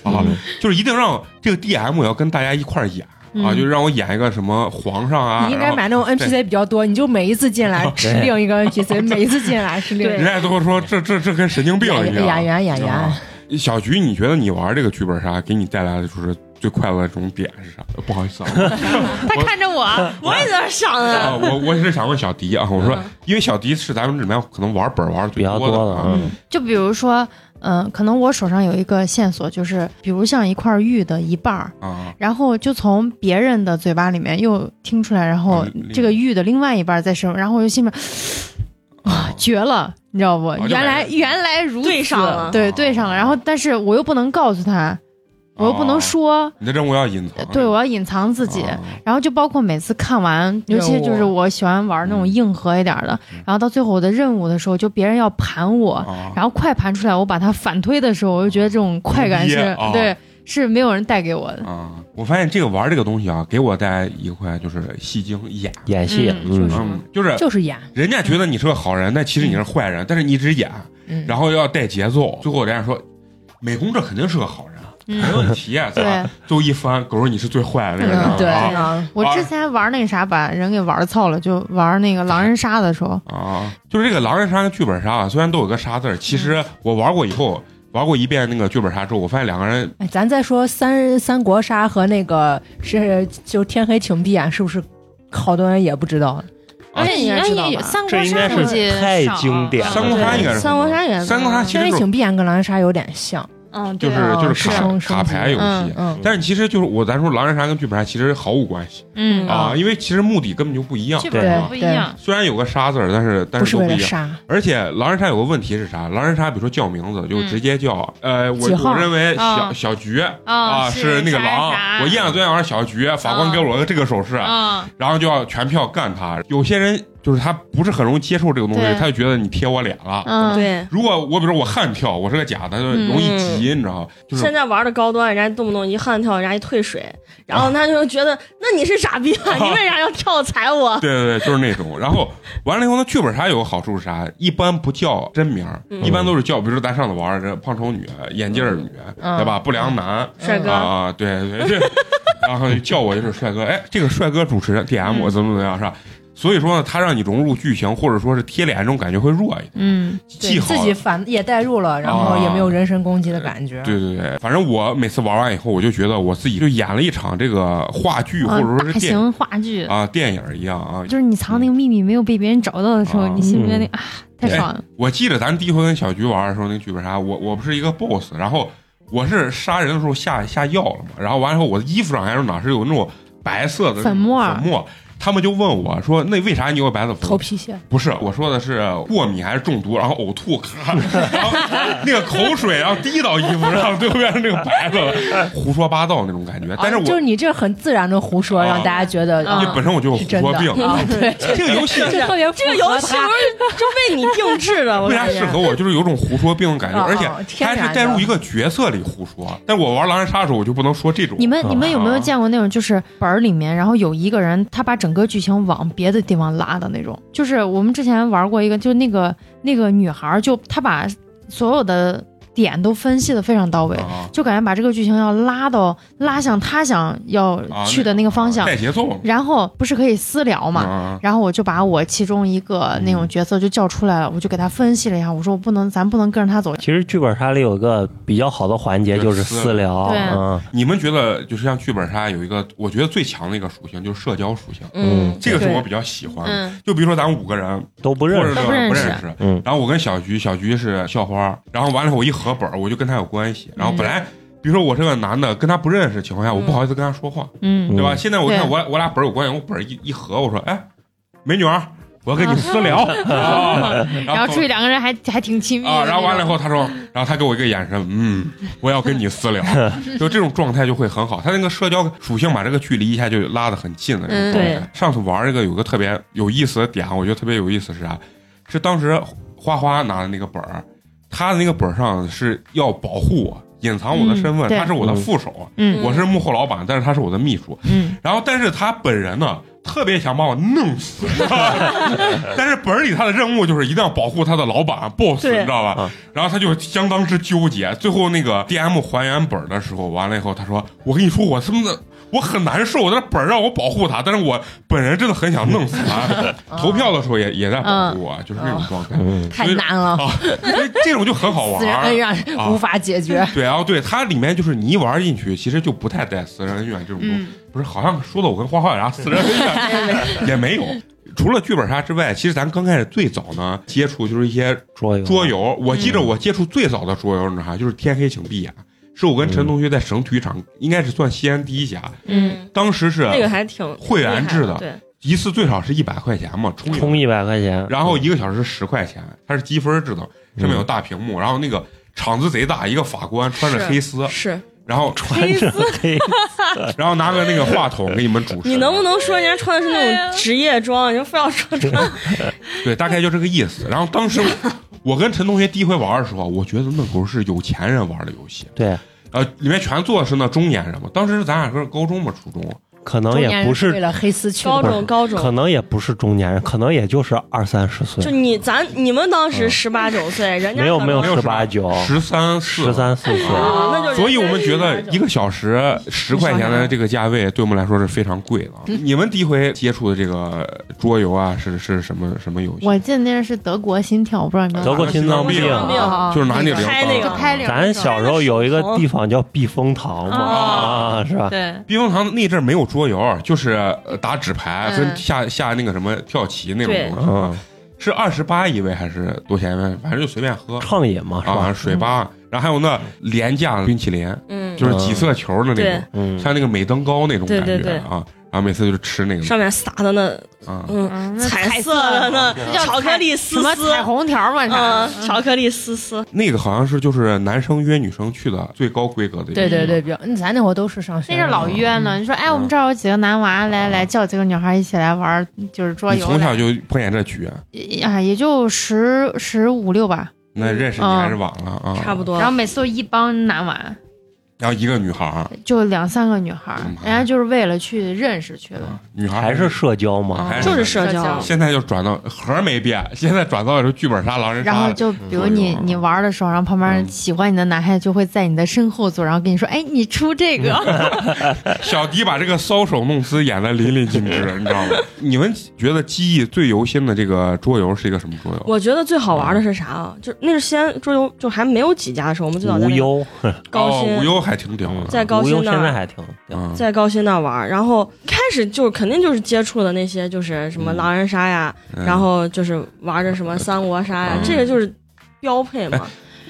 S1: 啊，
S4: 嗯
S1: 就是一定让这个 DM 要跟大家一块儿演啊，
S5: 嗯
S1: 就让我演一个什么皇上啊，哦
S4: 你应该
S1: 然后
S4: 买那种 NPC 比较多，你就每一次进来指定一 个 NPC，每一次进来是另一
S5: 对
S1: 人
S4: 个。
S1: 家都会说这这这跟神经病一
S4: 演
S1: 样。
S4: 演员演员
S1: 啊小菊，你觉得你玩这个剧本杀给你带来的就是最快乐的这种点是啥？不好意思啊，我
S5: 他看着我，
S2: 我也在想 啊，
S1: 啊我我是想问小迪啊，我说，因为小迪是咱们里面可能玩本玩的
S3: 嗯比
S1: 最
S3: 较
S1: 多
S3: 多
S1: 的
S3: 的
S1: 啊，
S3: 嗯，
S5: 就比如说，嗯、可能我手上有一个线索，就是比如像一块玉的一半儿，
S1: 啊，
S5: 然后就从别人的嘴巴里面又听出来，然后
S1: 啊另
S5: 这个玉的另外一半在什么，然后我就心里面
S1: 啊
S5: 绝了，你知道不？
S1: 哦就
S5: 原
S1: 买
S5: 来原来如此，
S2: 对上了
S5: 对对上了。然后，但是我又不能告诉他，我又不能
S1: 哦
S5: 说，呃
S1: 你的任务要隐藏，
S5: 对我要隐藏自己。
S1: 啊
S5: 然后就包括每次看完，尤其就是我喜欢玩那种硬核一点的
S1: 嗯，
S5: 然后到最后我的任务的时候，就别人要盘我，
S1: 啊
S5: 然后快盘出来，我把它反推的时候，我就觉得这种快感是、
S1: 牛逼啊
S5: 对，是没有人带给我 的。
S1: 啊，我发现这个玩这个东西啊，给我带来一块就是戏精演，
S3: 演戏，
S5: 嗯
S3: 嗯，
S1: 嗯，就是
S4: 就是演，
S1: 人家觉得你是个好人，但其实你是坏人，但是你一直演，
S4: 嗯，
S1: 然后要带节奏，最后人家说，美工这肯定是个好人，啊没问题，咱
S5: 嗯对
S1: 吧？最后一翻，狗日你是最坏的那个人啊，
S5: 嗯对
S1: 啊
S4: 啊，
S5: 我之前玩那个啥，把人给玩操了，就玩那个狼人杀的时候，
S1: 啊，就是这个狼人杀跟剧本杀啊，虽然都有个杀字儿，其实我玩过以后。玩过一遍那个剧本杀之后，我发现两个人
S4: 哎，咱再说三三国杀和那个是就天黑请闭眼，是不是好多人也不知道？
S1: 啊
S5: 而且哎你
S4: 这应该知道吧
S5: 也三
S3: 这
S5: 国
S3: 应
S5: 杀
S3: 该
S5: 估计
S3: 是太经典了，
S1: 三国杀应该是
S2: 三国杀也
S1: 三国杀其实
S4: 天黑
S1: 就是
S4: 请闭眼跟狼人杀有点像，
S2: 嗯，
S1: 就
S2: 对
S1: 是
S2: 啊
S1: 就是
S4: 是
S1: 卡
S4: 升
S1: 卡
S4: 升级
S1: 牌游
S5: 嗯
S1: 戏，
S4: 嗯，
S1: 但是其实就是我咱说狼人杀跟剧本杀其实毫无关系
S5: 嗯
S1: 啊，因为其实目的根本就不一样
S5: 剧。
S3: 本
S5: 本
S3: 对
S5: 杀
S4: 不
S5: 不
S4: 一
S5: 一
S4: 样
S5: 样，
S1: 虽然有个杀字儿，但是但
S4: 不
S1: 是
S4: 是
S1: 都
S4: 为
S1: 不
S4: 了
S1: 一样。
S4: 杀，
S1: 而且狼人杀有个问题是啥？狼人杀比如说叫名字就直接叫，呃，我
S4: 几号
S1: 我认为小
S5: 啊
S1: 小菊
S5: 啊
S1: 啊是那个狼，我验了昨天晚上小菊，法官给我了这个手势，
S5: 啊，
S1: 然后就要全票干他。有些人就是他不是很容易接受这个东西
S5: 对，
S1: 他就觉得你贴我脸了。
S5: 嗯，
S2: 对。
S1: 如果我比如说我悍跳，我是个假的，就容易急，你知道吗？就是
S2: 现在玩的高端，人家动不动一悍跳，人家一退水，然后他就觉得，那你是傻逼啊！你为啥要跳踩我？
S1: 对对对，就是那种。然后完了以后，那剧本杀有个好处是啥？一般不叫真名儿，
S2: 嗯
S1: 一般都是叫，比如说咱上次玩儿这胖丑女、眼镜儿女，
S4: 嗯
S1: 对吧？不良男
S2: 帅哥
S1: 啊，对对对，然后叫我就是帅哥。哎，这个帅哥主持人 DM 我怎么怎么样是吧？所以说呢，他让你融入剧情，或者说是贴脸这种感觉会弱一点，
S5: 嗯，
S1: 记好
S4: 自。己反也代入了，然后也没有人身攻击的感觉。
S1: 啊对对对，反正我每次玩完以后，我就觉得我自己就演了一场这个话剧，
S4: 哦
S1: 或者说
S5: 哦大
S1: 是电影
S5: 型话剧，
S1: 啊电影一样啊，
S5: 就是你藏那个秘密没有被别人找到的时候，
S1: 啊
S5: 你心里面那个啊，太爽了，
S1: 我记得咱第一回跟小菊玩的时候，那个剧本杀，我我不是一个
S4: 嗯
S1: boss，然后我是杀人的时候下下药了嘛，然后完了以后我的衣服上还是哪是有那种白色的
S5: 粉末
S1: 粉末，他们就问我说：“那为啥你有白色粉
S4: 头
S1: 末
S4: 皮屑？”
S1: 不是，我说的是过敏还是中毒，然后呕吐，咔， 然后那个口水然后滴到衣服上，最后变成那个白色的，胡说八道那种感觉。但是
S4: 啊就
S1: 我
S4: 是你这很自然的胡说，
S1: 啊
S4: 让大家觉得
S5: 啊
S1: 因为 本身我就有胡
S4: 是真
S1: 说
S4: 的
S1: 病，
S4: 啊。对，
S1: 这个游戏
S4: 这特别
S2: 嗯这个游戏不是就被你定制的？ 嗯我
S1: 为啥
S2: 感
S1: 适
S2: 觉
S1: 合我？就是有种胡说病的感觉，
S4: 哦哦
S1: 而且
S4: 天
S1: 它
S4: 然
S1: 是
S4: 的
S1: 带入一个角色里胡说。但我玩狼人杀的时候，我就不能说这种。
S5: 你们
S3: 啊
S5: 你们有没有见过那种就是本儿里面，然后有一个人他把整个剧情往别的地方拉的那种？就是我们之前玩过一个，就那个那个女孩儿，就她把所有的点都分析的非常到位，
S1: 啊
S5: 就感觉把这个剧情要拉到拉向她想要
S1: 啊
S5: 去的那个方向，
S1: 带节奏啊
S5: 然后不是可以私聊嘛？
S1: 嘛，
S5: 然后我就把我其中一个
S1: 嗯
S5: 那种角色就叫出来了，我就给他分析了一下，我说我不能，咱不能跟着他走，
S3: 其实剧本杀里有一个比较好的环节
S1: 就
S3: 就是是
S1: 私
S3: 私聊，
S5: 对
S3: 嗯，
S1: 你们觉得就是像剧本杀有一个，我觉得最强的一个属性就是社交属性，
S2: 嗯，
S1: 这个是
S2: 对
S1: 我比较喜欢的。
S5: 嗯，
S1: 就比如说咱五个人，
S3: 都不
S1: 或
S3: 认
S1: 者
S3: 识
S1: 是
S5: 都
S1: 不
S5: 不
S1: 认
S5: 认识
S1: 识，
S3: 嗯
S1: 然后我跟小菊，小菊是校花，然后完了以后我一合本儿，我就跟她有关系。
S5: 嗯
S1: 然后本来比如说我是个男的，跟她不认识的情况下，我不好意思跟她说话，
S5: 嗯
S1: 对吧？现在我看
S5: 对
S1: 我我俩本儿有关系，我本儿一一合，我说哎，美女儿，我要跟你私 聊啊，
S5: 嗯然后出去两个人还还挺亲密的那
S1: 啊，
S5: 种，
S1: 然后完了以后，他说，然后他给我一个眼神，嗯，我要跟你私 聊，就这种状态就会很好。他那个社交属性把这个距离一下就拉得很近的那种
S5: 嗯
S1: 状态。上次玩这个有个特别有意思的点，啊我觉得特别有意思是啥？是当时花花拿的那个本儿，他的那个本儿上是要保护我。隐藏我的身份，
S5: 嗯对
S1: 他是我的副手，
S5: 嗯
S1: 我是幕后老板，但是他是我的秘书。
S5: 嗯，
S1: 然后，但是他本人呢，特别想把我弄 死，你知道吧但是本儿里他的任务就是一定要保护他的老板 boss，你
S2: 对
S1: 知道吧
S3: 啊？
S1: 然后他就相当之纠结。最后那个 DM 还原本儿的时候，完了以后，他说：“我跟你说，我他妈的，我很难受。但是本儿让我保护他，但是我本人真的很想弄死 他。投票的时候也也在保护我，就是那种状态。
S3: 嗯，哎
S5: 太难了，
S1: 啊，所以这种就很 好玩
S4: 私人恩
S1: 儿。
S4: 怨
S1: 啊
S4: 无法解决，
S1: 对，然后对它里面就是你一玩进去，其实就不太带私人恩怨这种东西。
S5: 嗯
S1: 不是，好像说的我跟花花有啥私人恩怨 也没有。除了剧本杀之外，其实咱刚开始最早呢接触就是一些
S3: 桌游
S1: 桌游，
S2: 嗯
S1: 我记着我接触最早的桌游，你知道啥？就是《天黑请闭眼》，是我跟陈同学在省体育场，应该是算西安第一家。
S5: 嗯，
S1: 当时是
S2: 那个还挺
S1: 会员制的
S2: 厉害对，
S1: 一次最少是一百块钱嘛，充一
S3: 充一百块钱，嗯
S1: 然后一个小时十块钱，它是积分制的，上面有大屏幕，然后那个场子贼大，一个法官穿着
S2: 是
S1: 黑丝，
S2: 是
S1: 然后
S3: 穿着黑，
S1: 然后拿个那个话筒给你们主持，
S2: 你能不能说人家穿的是那种职业装，你就非要说穿
S1: 对，大概就这个意思。然后当时我跟陈同学第一回玩的时候，我觉得那狗是有钱人玩的游戏，
S3: 对，
S1: 呃，里面全坐的是那中年人嘛。当时咱俩是高中嘛，初中，
S3: 可能
S4: 中 年
S3: 也
S4: 人
S3: 不
S4: 为
S3: 是，
S4: 了黑丝去
S2: 高
S4: 的，
S2: 中高
S3: 可
S2: 中，
S3: 能也不是中年人，可能也就是二三十
S2: 就
S3: 岁，
S2: 你咱你们当时十八九岁，人家
S3: 没有
S2: 可
S3: 没有
S2: 能
S1: 没有
S3: 十八九、
S1: 十三四
S3: 十。三四 岁，
S2: 啊，那就是
S1: 所以我们觉得一
S2: 个
S1: 个小时十块钱的这个价位，对我们来说是非常贵的啊。你们第一回接触的这个桌游啊，是是什么什么游戏？
S5: 我记得那是德国心跳，我不知道你们
S3: 德国心脏
S1: 病
S3: 病
S2: 啊
S5: 啊
S1: 就是拿那个
S2: 拍那
S5: 就
S2: 个
S5: 拍领，
S3: 咱小时候有一个地方叫避风塘嘛，
S5: 啊
S3: 啊，是吧？
S5: 对
S1: 避风塘那阵儿没有桌游，就是呃打纸牌
S5: 嗯
S1: 跟下下那个什么跳棋那种
S2: 对
S1: 东西啊。
S3: 嗯，
S1: 是二十八一位还是多少钱一位？反正就随便喝
S3: 畅饮嘛，是
S1: 啊，
S3: 吧？
S1: 水吧，然后还有那廉价冰淇淋，
S2: 嗯
S1: 就是几色球的那
S2: 对
S1: 种，
S3: 嗯，
S1: 像那个美登糕那种
S2: 对
S1: 感
S2: 对
S1: 觉
S2: 对
S1: 啊。然后每次就是吃那个
S2: 上面撒的那
S1: 啊，
S2: 嗯
S5: 嗯那
S2: 彩色
S5: 色
S2: 的那
S5: 那叫
S2: 巧克力丝
S5: 什么
S2: 丝
S5: 彩，虹啊条嘛，啥
S2: 嗯，巧克力丝丝，
S1: 那个好像是就是男生约女生去的最高规格的，
S4: 对对对，，比较，嗯咱那会儿都是上学
S5: 那
S4: 的，
S5: 是老约呢，你说哎，我们这儿有几个男娃，来来叫几个女孩一起来玩，就是桌
S1: 你
S5: 游
S1: 从
S5: 来。
S1: 小就碰见这局，
S5: 啊，也就十十五六吧，
S1: 那认识你还是晚了啊，
S2: 嗯差不多
S5: 然。后每次都一帮男娃，
S1: 然后一个女孩儿，
S5: 就两三个女孩儿
S1: 嗯，
S5: 人家就是为了去认识去嗯的。
S1: 啊女孩儿
S3: 还是社交
S5: 哦
S3: 嘛，
S1: 还
S2: 就是社
S5: 交
S2: 交
S1: 现在就转到盒儿没变， 现在转到的是剧本杀、狼人杀，
S5: 然后就比如你
S1: 嗯
S5: 你玩的时候，然后旁边
S1: 嗯
S5: 喜欢你的男孩就会在你的身后坐，然后跟你说：“哎，你出这个。
S1: 小迪把这个搔首弄姿演的淋漓尽致，你知道吗？你们觉得记忆最犹新的这个桌游是一个什么桌游？
S2: 我觉得最好玩的是啥啊？就那是西安桌游，就还没有几家的时候，我们最早在那
S3: 无
S2: 个
S3: 忧，嗯
S2: 高
S1: 哦
S2: 新
S1: 无忧还挺屌的，
S2: 在高
S3: 无忧
S2: 新
S3: 现
S2: 那
S3: 在
S2: 儿，
S3: 还挺，
S1: 嗯，
S2: 在高新那儿玩。然后开始就肯定就是接触的那些，就是什么
S1: 嗯
S2: 狼人杀呀，
S1: 嗯
S2: 然后就是玩着什么三国杀呀
S1: 嗯，
S2: 这个就是标配嘛。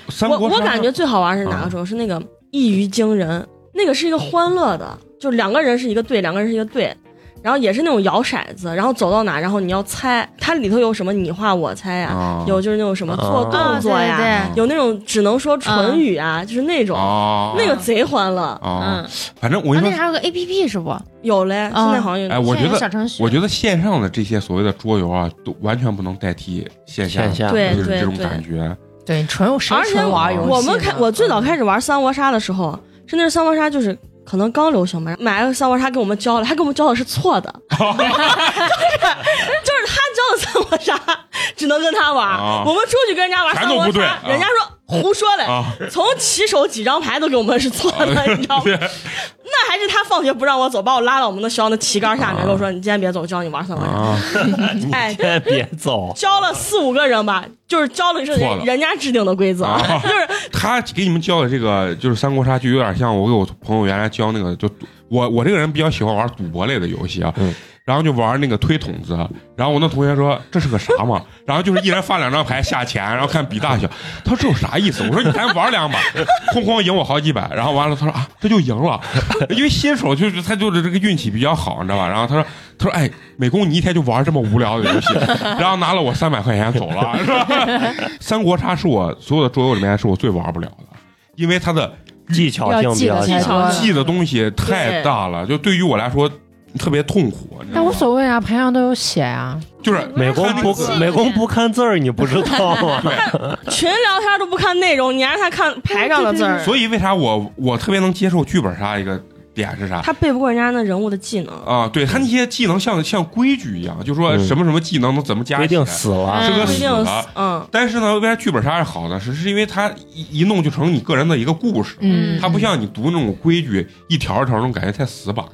S1: 三
S2: 我
S1: 国啊杀
S2: 我感觉最好玩是哪个时候？是那个一鱼惊人，那个是一个欢乐的，就两个人是一个队，两个人是一个队，然后也是那种摇骰子，然后走到哪，然后你要猜，它里头有什么你画我猜哎呀，
S1: 啊
S2: 有就是那种什么做”动
S5: 啊，对
S2: 作呀，
S5: 对，嗯
S2: 有那种只能说唇语啊，就是那种、
S1: 嗯哦，
S2: 那个贼欢乐。
S1: 哦，
S5: 嗯，
S1: 反正我
S5: 那
S1: 跟你
S5: 那
S1: 说，
S5: 还有个 A P P 是不？
S2: 有嘞，现
S5: 哦
S2: 在好像有。
S1: 哎，我觉
S5: 现在有
S1: 得
S5: 小程序，
S1: 我觉得线上的这些所谓的桌游啊，都完全不能代替线下
S3: 线下
S2: 对
S1: 就是这种感觉，
S4: 对，纯有谁
S2: 而且
S4: 纯玩游戏呢？
S2: 我们开我最
S1: 嗯
S2: 早开始玩三国杀的时候，真的是三国杀就是可能刚流行吧，买了个三国杀给我们教了，他给我们教的是错 的，就是就是他教的三国杀只能跟他玩，
S1: 啊
S2: 我们出去跟人家玩
S1: 全
S2: 三
S1: 都
S2: 国
S1: 不
S2: 杀，
S1: 对啊
S2: 人家说胡说嘞。
S1: 啊，
S2: 从起手几张牌都给我们是错的，
S1: 哦
S2: 你知道吗？那还是他放学不让我走，把我拉到我们的学校那旗杆下面，跟
S1: 哦
S2: 我说：“你今天别走，教你玩三国杀。
S1: 啊，”
S2: 哎，
S3: 现在别走，
S2: 教了四五个人吧，就是教了是
S1: 错了
S2: 人人家制定的规则，
S1: 啊
S2: 就是
S1: 他给你们教的这个就是三国杀，就有点像我给我朋友原来教那个，就赌我我这个人比较喜欢玩赌博类的游戏啊，
S3: 嗯
S1: 然后就玩那个推筒子，然后我那同学说这是个啥嘛， 然后就是一人发两张牌下钱，然后看比大小，他说这有啥意思？我说你才玩两把， 哐哐赢我好几百，然后完了他说啊这就赢了， 因为新手就是他就是这个运气比较好，你知道吧？然后他说他说哎美工你一天就玩这么无聊的游戏， 然后拿了我三百块钱走了，是吧？三国杀是我所有的桌游里面是我最玩不了的，因为它的
S3: 技巧性比较
S4: 要记
S2: 得
S3: 强
S2: 太。多
S1: 记的东西太大了，就对于我来说特别痛苦。你知道
S4: 但
S1: 吗
S4: 无所谓啊，牌上都有写啊。
S1: 就是
S3: 美工
S1: 看
S3: 不美工不看字儿，你不知道 啊吗？
S2: 群聊天都不看内容，你让他看牌上的字儿，
S1: 所以为啥我我特别能接受剧本杀一个点是啥？
S2: 他背不过人家那人物的技能。
S1: 啊，对他那些技能像像规矩一样，就说什么什么技能能怎么加
S3: 规
S1: 起来
S3: 定啊死了，
S1: 是个
S2: 不嗯一
S1: 死
S2: 定
S1: 了。，
S2: 嗯，
S1: 但是呢，为啥剧本杀是好的？是是因为它一一弄就成你个人的一个故事，
S5: 嗯
S1: 它不像你读那种规矩一条一条那种感觉太死板。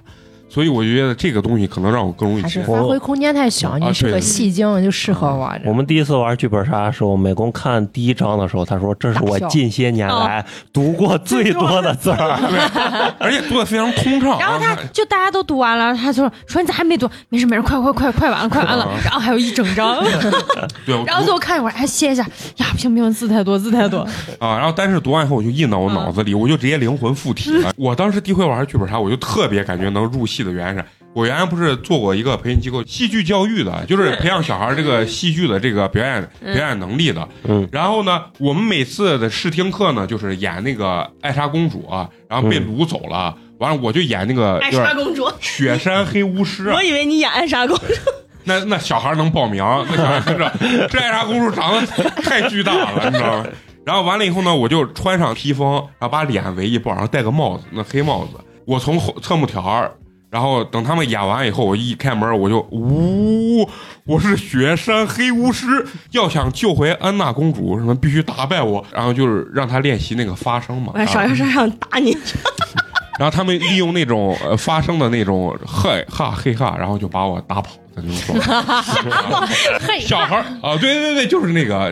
S1: 所以我就觉得这个东西可能让我更容易
S4: 还
S1: 接
S4: 是
S1: 受。
S4: 发挥空间太小，
S1: 啊
S4: 你是
S1: 对
S4: 个
S1: 对
S4: 戏精，就适合玩这
S3: 我
S4: 个。
S3: 们第一次玩剧本杀的时候，美工看第一章的时候，他说：“这是我近些年来读过最多的字儿。
S1: 而且做的非常通畅。
S5: 然后他
S1: 啊
S5: 就大家都读完了，他就说说你咋还没读？没事没事，快快快快完了快完了
S1: 啊。
S5: 然后还有一整 章，
S1: 对，我
S5: 然后
S1: 读
S5: 最后看一会儿，哎歇一下，呀不行不行，字太多字太多。
S1: 啊，然后但是读完以后我就印到我脑子里，我就直接灵魂附体了。我当时第一回玩剧本杀，我就特别感觉能入戏的原因是，我原来不是做过一个培训机构戏剧教育的，就是培养小孩这个戏剧的这个表演表演能力的。
S3: 嗯，
S1: 然后呢，我们每次的试听课呢，就是演那个艾莎公主啊，然后被掳走了，完了我就演那个
S2: 艾
S1: 就是
S2: 莎公主，
S1: 雪山黑巫师啊
S2: 我，以为你演艾莎公主，
S1: 那那小孩能报名？那小孩跟着这艾莎公主长得太巨大了，你知道吗？然后完了以后呢，我就穿上披风，然后把脸围一抱，然后戴个帽子，那黑帽子。我从后侧幕条儿，然后等他们演完以后，我一开门，我就呜，我是雪山黑巫师，要想救回安娜公主，什么必须打败我，然后就是让他练习那个发声嘛。
S2: 我在小
S1: 啊
S2: 学山上打你，
S1: 然后他们利用那种呃发声的那种嘿哈嘿哈，然后就把我打跑的那种 状态。
S5: 嘿，
S1: 小孩儿啊，对对对，就是那个，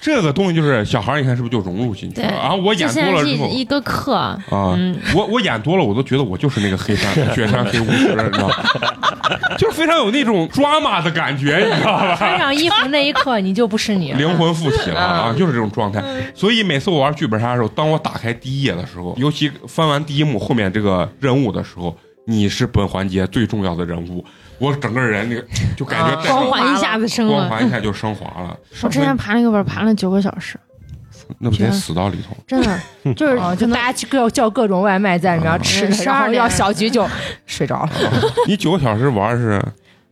S1: 这个东西就是小孩儿，你看是不是就融入进去 了？
S5: 对
S1: 然后啊我
S5: 这
S1: 演
S5: 现
S1: 多
S5: 在
S1: 了
S5: 是
S1: 之后
S5: 一一个 课，
S1: 啊，
S5: 嗯，
S1: 我我演多了，我都觉得我就是那个黑山雪山黑巫师，你知道吗？就是非常有那种抓马的感觉，你知道吧？
S4: 穿上衣服那一刻，你就不是你了。
S1: 灵魂附体了
S5: 嗯
S1: 啊， 就是这种状态。所以每次我玩剧本杀的时候，当我打开第一页的时候，尤其翻完第一幕后面这个任务的时候，你是本环节最重要的人物，我整个人那个就感觉
S4: 啊
S1: 带上
S5: 光环一下子升
S1: 光
S5: 了。
S1: 环一下就升华 了。
S5: 我之前爬那个本儿爬了九个小时，
S1: 那不得死到里头？
S5: 真的就是
S4: 啊，
S5: 可
S4: 就
S5: 能
S4: 大家去各叫各种外卖在里面吃
S5: 嗯
S4: 的，然
S5: 12
S4: 后
S5: 点
S4: 要小菊就睡着了。
S1: 你九个小时玩是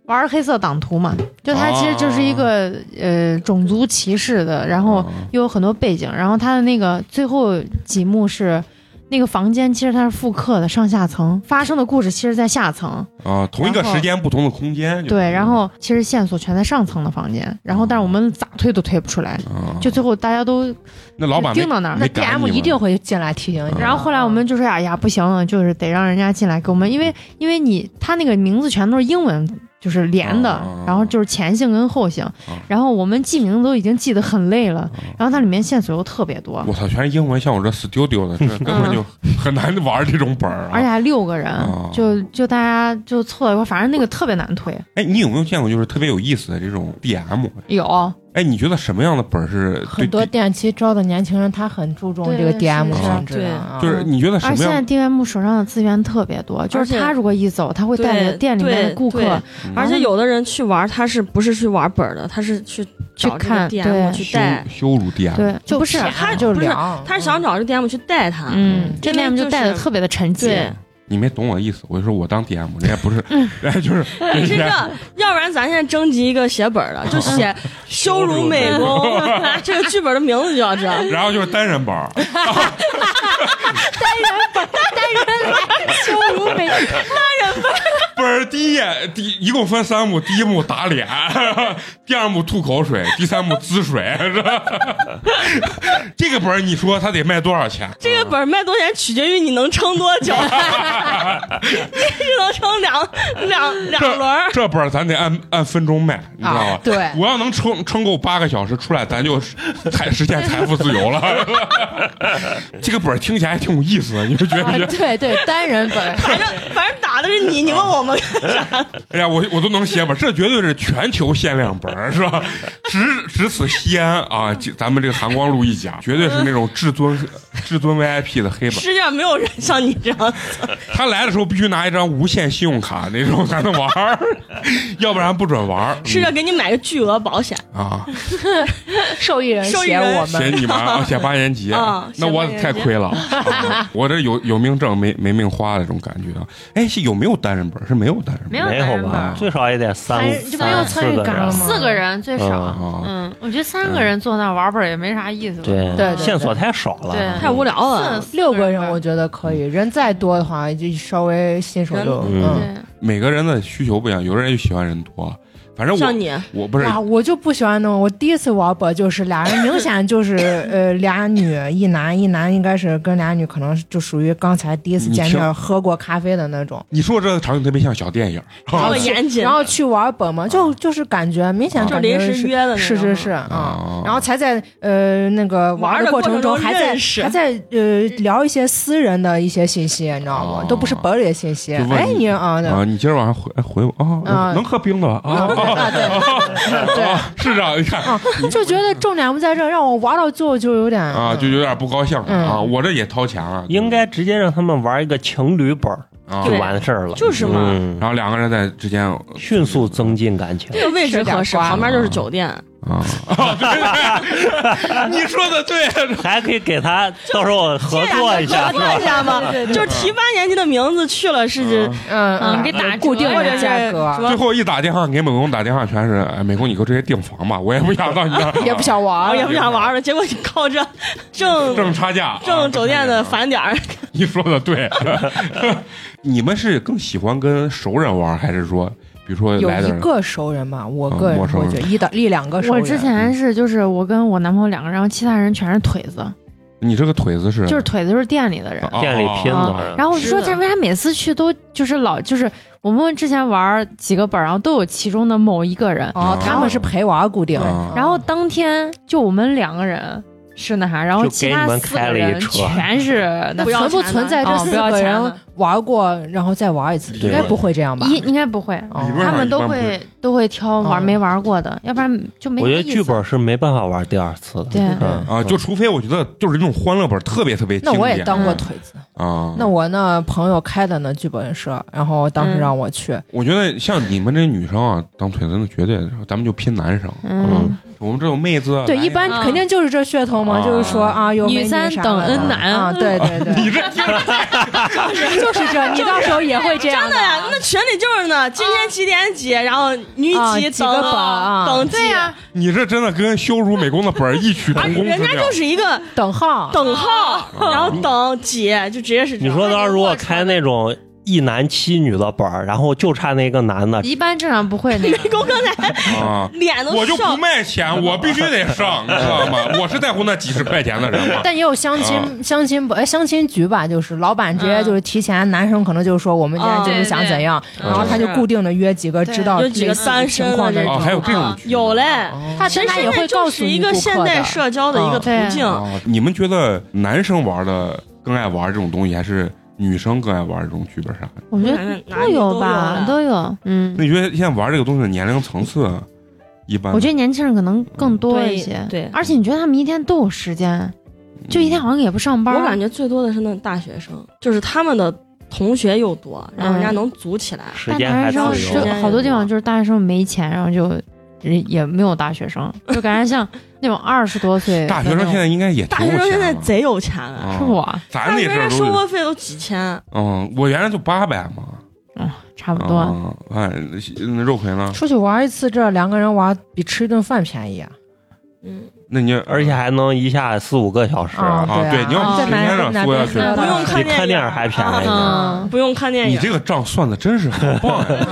S5: 玩黑色党徒嘛，就它其实就是一个、呃种族歧视的，然后又有很多背景，然后它的那个最后几幕是那个房间，其实它是复刻的上下层发生的故事，其实在下层，
S1: 啊，同一个
S5: 然后
S1: 时间不同的空间。就是
S5: 对，然后其实线索全在上层的房间，然后但是我们咋推都推不出来，
S1: 啊，
S5: 就最后大家都
S1: 那老板没
S5: 盯到那儿
S1: 没
S4: 那。
S1: 赶你
S4: DM
S1: 们
S4: 一定会进来提醒
S1: 嗯
S4: 你。
S5: 然后后来我们就是哎呀不行了，就是得让人家进来给我们，因为因为你他那个名字全都是英文，就是连的，
S1: 嗯嗯嗯
S5: 然后就是前姓跟后姓，
S1: 嗯
S5: 然后我们记名字都已经记得很累了，然后它里面线索又特别多，
S1: 我操，全是英文，像我这 studio 的，这根本就很难玩这种本儿
S5: 嗯而且
S1: 啊。
S5: 还六个人，
S1: 嗯
S5: 就就大家就凑到一块儿，反正那个特别难推。
S1: 哎，你有没有见过就是特别有意思的这种 DM？
S5: 有
S1: 哎，你觉得什么样的本儿是对
S4: 很多店其实招的年轻人，他很注重
S5: 对
S4: 这个
S5: 是
S4: DM
S5: 是
S4: 素质
S2: 对
S4: 的啊。
S1: 就是你觉得什
S5: 嗯而
S1: 么
S5: 现在
S1: 样？
S5: DM 手上的资源特别多，就
S2: 而
S5: 是
S2: 且
S5: 他如果一走，他会带着
S2: 对
S5: 店里面的
S2: 对
S5: 顾客
S2: 对
S1: 嗯
S2: 而且有的人去玩，他是不是去玩本儿的？他是去
S5: 去
S2: 找这个
S5: 看
S2: DM
S5: 对
S2: 去
S1: 羞
S2: 带，
S1: 羞辱 DM，
S5: 对，就不是，
S4: 便宜
S2: 他
S4: 就
S2: 不是
S4: 凉，嗯
S2: 他是 想找这个 DM 去带他。
S5: 嗯，这
S2: 因为
S5: DM 就
S2: 就是
S5: 带的特别的沉寂
S2: 对。
S1: 你没懂我意思。我就说我当 DM，人家不是，
S5: 嗯
S1: 人家就是
S2: 你
S1: 人
S2: 是这
S1: 家，
S2: 要不然咱现在征集一个写本儿的，就写羞辱美工， 这个剧本的名字就要这。
S1: 然后就是单人本儿。
S5: 羞辱美，
S1: 不是第一页，第一共分三幕，第一幕打脸， 第二幕吐口水，第三幕滋水，是吧？ 这个本儿你说他得卖多少钱？
S2: 这个本儿卖多少钱取决于你能撑多久，
S1: 啊
S2: 你只能撑两两两轮儿
S1: 这。这本儿咱得按按分钟卖，你知道吧？
S4: 啊对
S1: 我要能撑撑够八个小时出来，咱就才实现财富自由了。 这个本儿听起来还挺有意思的，你们觉得
S4: 啊
S1: 不觉 得？
S4: 对对，单人本
S2: 反正反正打的是
S1: 啊
S2: 你，你问 我们
S1: 哎呀，我我都能写本儿，这绝对是全球限量本儿，是吧？只只此西安啊，这咱们这个寒光路一家，绝对是那种至尊至尊 VIP 的黑本儿。
S2: 世界上没有人像你这样。
S1: 他来的时候必须拿一张无限信用卡那种才能玩儿， 要不然不准玩儿。
S2: 试着给你买个巨额保险，
S1: 嗯啊，
S4: 受益人
S2: 受益
S4: 写
S2: 人
S4: 我
S1: 写
S4: 们，
S1: 你们啊，写八年级，
S2: 啊
S1: 那我太亏了，啊我这有有命挣没没命花的这种感觉啊。哎，是有没有单人本儿？是没有单人本
S5: 没
S1: 儿。
S3: 没有吧？最少也得三
S5: 还是就没有
S3: 三
S4: 参与
S3: 四个
S4: 感了
S3: 人
S4: 吗。
S5: 四个人最少
S1: 嗯。
S5: 嗯，我觉得三个人坐那儿玩本儿也没啥意思吧。
S3: 对
S4: 对对
S3: 线索太少了。
S5: 对
S2: 太无聊了
S5: 四。四
S4: 六个人
S5: 吧
S4: 我觉得可以，人再多的话就稍微新手就
S3: 人
S4: 嗯
S5: 对
S1: 每个人的需求不一样，有的人就喜欢人多，反正
S2: 像
S1: 嗯我
S2: 你，
S1: 我不是
S4: 哇，我就不喜欢那种。我第一次玩本就是俩人，明显就是 呃俩女一男，一男应该是跟俩女，可能就属于刚才第一次
S1: 嗯你
S4: 见
S1: 听
S4: 面喝过咖啡的那种。
S1: 你说这个场景特别像小电影，
S2: 这
S4: 后
S2: 么
S4: 去
S2: 严谨，
S4: 然后去玩本嘛，就
S1: 哦
S4: 就是感觉明显
S1: 啊
S2: 就
S4: 感
S2: 临
S4: 觉
S2: 时
S4: 是
S2: 约的那
S4: 是
S2: 种
S4: 是是啊。
S1: 啊
S4: 然后才在呃那个
S2: 玩
S4: 玩
S2: 的
S4: 的
S2: 过
S4: 过
S2: 程
S4: 程
S2: 中
S4: 中，还在
S2: 认识
S4: 还在呃聊一些私人的一些信息，你知道吗？
S1: 哦
S4: 都不是本里的信息。
S1: 就问
S4: 哎，
S1: 你
S4: 你啊，对
S1: 啊，你今儿晚上回回我啊
S4: 啊，
S1: 能喝冰的吧？啊，
S4: 啊，对对，
S1: 啊 是这样，你看
S4: 啊， 就觉得重点不在这儿，让我玩到最后就有点
S1: 啊，就有点不高兴了
S4: 嗯
S1: 啊。我这也掏钱了，
S3: 应该直接让他们玩一个情侣本儿
S1: 啊
S3: 就
S2: 对。
S3: 完事儿了，
S2: 就是嘛
S3: 嗯
S1: 然后两个人在之间啊
S3: 迅速增进感情
S2: 这。个位置合适，旁边就是酒店，
S1: 啊，对对对 你说的对，
S3: 还可以给他到时候合作一下，
S2: 合
S3: 是
S2: 作一
S3: 吧？
S2: 下嘛，就是提八年级的名字去了
S1: 啊
S2: 是指
S4: 嗯
S5: 嗯
S4: 嗯，
S5: 给打折
S4: 固定
S5: 或者
S4: 的
S5: 是
S4: 价
S2: 什
S4: 格，啊
S2: 么
S1: 最后一打电话给美工打电话，全是哎，美工你给我直接订房吧，我也不想到你那儿，
S4: 也 不想玩
S2: 啊，
S1: 哦
S4: 儿
S2: 也不想玩了。结果你靠着挣
S1: 挣差 价，
S2: 挣酒店的
S1: 烦。
S2: 返点儿，
S1: 你说的对， 你们是更喜欢跟熟人玩，还是说，比如说
S4: 有
S1: 来的
S4: 一
S1: 人
S4: 个熟人嘛，我
S1: 啊
S4: 个人
S1: 陌生
S4: 会
S1: 人
S4: 觉得一到一两个熟
S5: 我
S4: 人。
S5: 之前是就是我跟我男朋友两个人，然后其他人全是腿子，
S1: 你这个腿子
S3: 嗯
S1: 是
S5: 就是腿子就是店里的人。
S1: 啊
S3: 店里拼
S5: 啊
S3: 的，
S5: 然后我就说，
S2: 是的
S5: 这为啥每次去都就是老就是我们之前玩几个本儿，然后都有其中的某一个人，
S4: 哦，他们是陪玩儿固定
S1: 啊，
S5: 然后当天就我们两个人是那啥，然后
S3: 就
S5: 其
S3: 给
S5: 他
S3: 你们
S5: 四个
S3: 开了一
S5: 人
S3: 车
S5: 全是那
S4: 那存不存在这
S5: 哦
S4: 四
S5: 不要
S4: 个
S5: 钱
S4: 人
S5: 了
S4: 玩过然后再玩一次？
S3: 对
S4: 应该不会这样吧？
S5: 一应该不会，
S4: 哦
S1: 理论
S5: 他
S1: 上
S5: 们都
S1: 一般不
S5: 会都会挑玩
S4: 嗯
S5: 没玩过的，要不然就没
S3: 我觉得
S5: 意思
S3: 剧本是没办法玩第二次的。
S5: 对
S3: 嗯
S1: 啊，就除非我觉得就是那种欢乐本特别特别经
S4: 那
S1: 典，
S4: 我也当过腿子，
S1: 啊，
S4: 那我那朋友开的那剧本社，然后当时让我去，
S1: 我觉得像你们这女生啊，当腿子那绝对，咱们就拼男生，
S5: 嗯，
S1: 我们这种妹子，啊
S4: 对，
S1: 来
S4: 一般
S2: 嗯
S4: 肯定就是这噱头嘛，
S1: 啊
S4: 就是说啊，有
S5: 嗯女三等 N 男
S4: 啊，对对对，
S1: 你这
S4: 就是这，你到时候也会这样
S2: 真的呀，啊那群里就是呢，今天几点几，然后女
S4: 啊
S2: 几
S4: 几个
S2: 等
S4: 本啊
S2: 等对呀，
S1: 你这真的跟羞辱美工的本儿异曲同工之
S4: 啊
S2: 人家
S1: 妙
S2: 就。是一个
S4: 等号，
S2: 等号，然后等几，就直接是这
S3: 你
S2: 样。
S3: 说当时如果开那种一男七女的本儿，然后就差那个男的，
S5: 一般正常不会 那
S2: 美
S5: 个。
S2: 工刚才
S1: 啊，
S2: 脸都
S1: 我就
S2: 笑
S1: 不卖钱，我必须得上，你知道吗？我是在乎那几十块钱的人吗？
S4: 但也有相亲、
S1: 啊
S4: 相亲不哎相亲局吧，就是老板直
S2: 嗯
S4: 接就是提前，男生可能就是说我们今
S2: 哦
S4: 天就是想怎样，
S1: 对对
S4: 然后他就固定的约几个
S5: 对
S4: 知道
S2: 嗯有几个
S4: 类似
S2: 单身
S4: 情况
S2: 的这
S4: 的这
S1: 啊，
S4: 种
S1: 还有这种哦
S2: 啊
S1: 局
S2: 有嘞，
S4: 他
S2: 其实
S4: 他也
S2: 现在
S4: 会
S2: 就
S4: 告
S2: 是
S4: 诉
S2: 一
S4: 你
S2: 个现代社交的一个途径。
S1: 啊。你们觉得男生玩的更爱玩这种东西，还是女生更爱玩这种剧本杀？
S5: 我觉得哎都有吧，都有。嗯，
S1: 那你觉得现在玩这个东西的年龄层次一般吗？
S5: 我觉得年轻人可能更多
S2: 对
S5: 一些。
S2: 对嗯
S5: 而且你觉得他们一天都有时间，就一天好像也不上班。
S2: 我感觉最多的是那大学生，就是他们的同学又多，然后人家能组起来。
S3: 时
S5: 但
S3: 间
S5: 大
S3: 还
S5: 学
S3: 自
S5: 生
S2: 时间
S3: 由
S5: 是
S2: 还自由
S5: 好多地方就是大学生没钱，然后就人也没有大 学生，就感觉像那种二十多岁的
S1: 嗯大学生
S5: 那种
S1: 现在应该也挺
S2: 大
S1: 有
S2: 学
S1: 钱
S2: 生现在
S1: 了
S2: 贼有钱了，
S1: 啊
S5: 是我，
S1: 咱
S2: 大
S1: 那
S2: 学
S1: 阵儿
S2: 生
S1: 都
S2: 生
S1: 是
S2: 活费都几千，
S1: 嗯，我原来就八百嘛。
S5: 嗯，差不多。
S1: 啊，哎，那肉葵呢？
S4: 出去玩一次，这两个人玩比吃一顿饭便宜啊！
S2: 嗯，
S1: 那你
S3: 而且还能一下四五个小时，
S4: 啊
S1: 啊，
S4: 对
S1: 对，
S4: 啊
S1: 你要
S5: 啊
S1: 是
S5: 在
S1: 平
S4: 哪
S1: 天上
S4: 哪
S1: 说下
S4: 边
S1: 去，
S4: 看
S2: 不用
S3: 比看
S2: 电
S3: 电影
S2: 影
S3: 还便
S1: 哎
S3: 宜
S2: 啊
S5: 嗯，
S2: 不用看电
S1: 你
S2: 影。
S1: 这个账算的真是很棒 呀！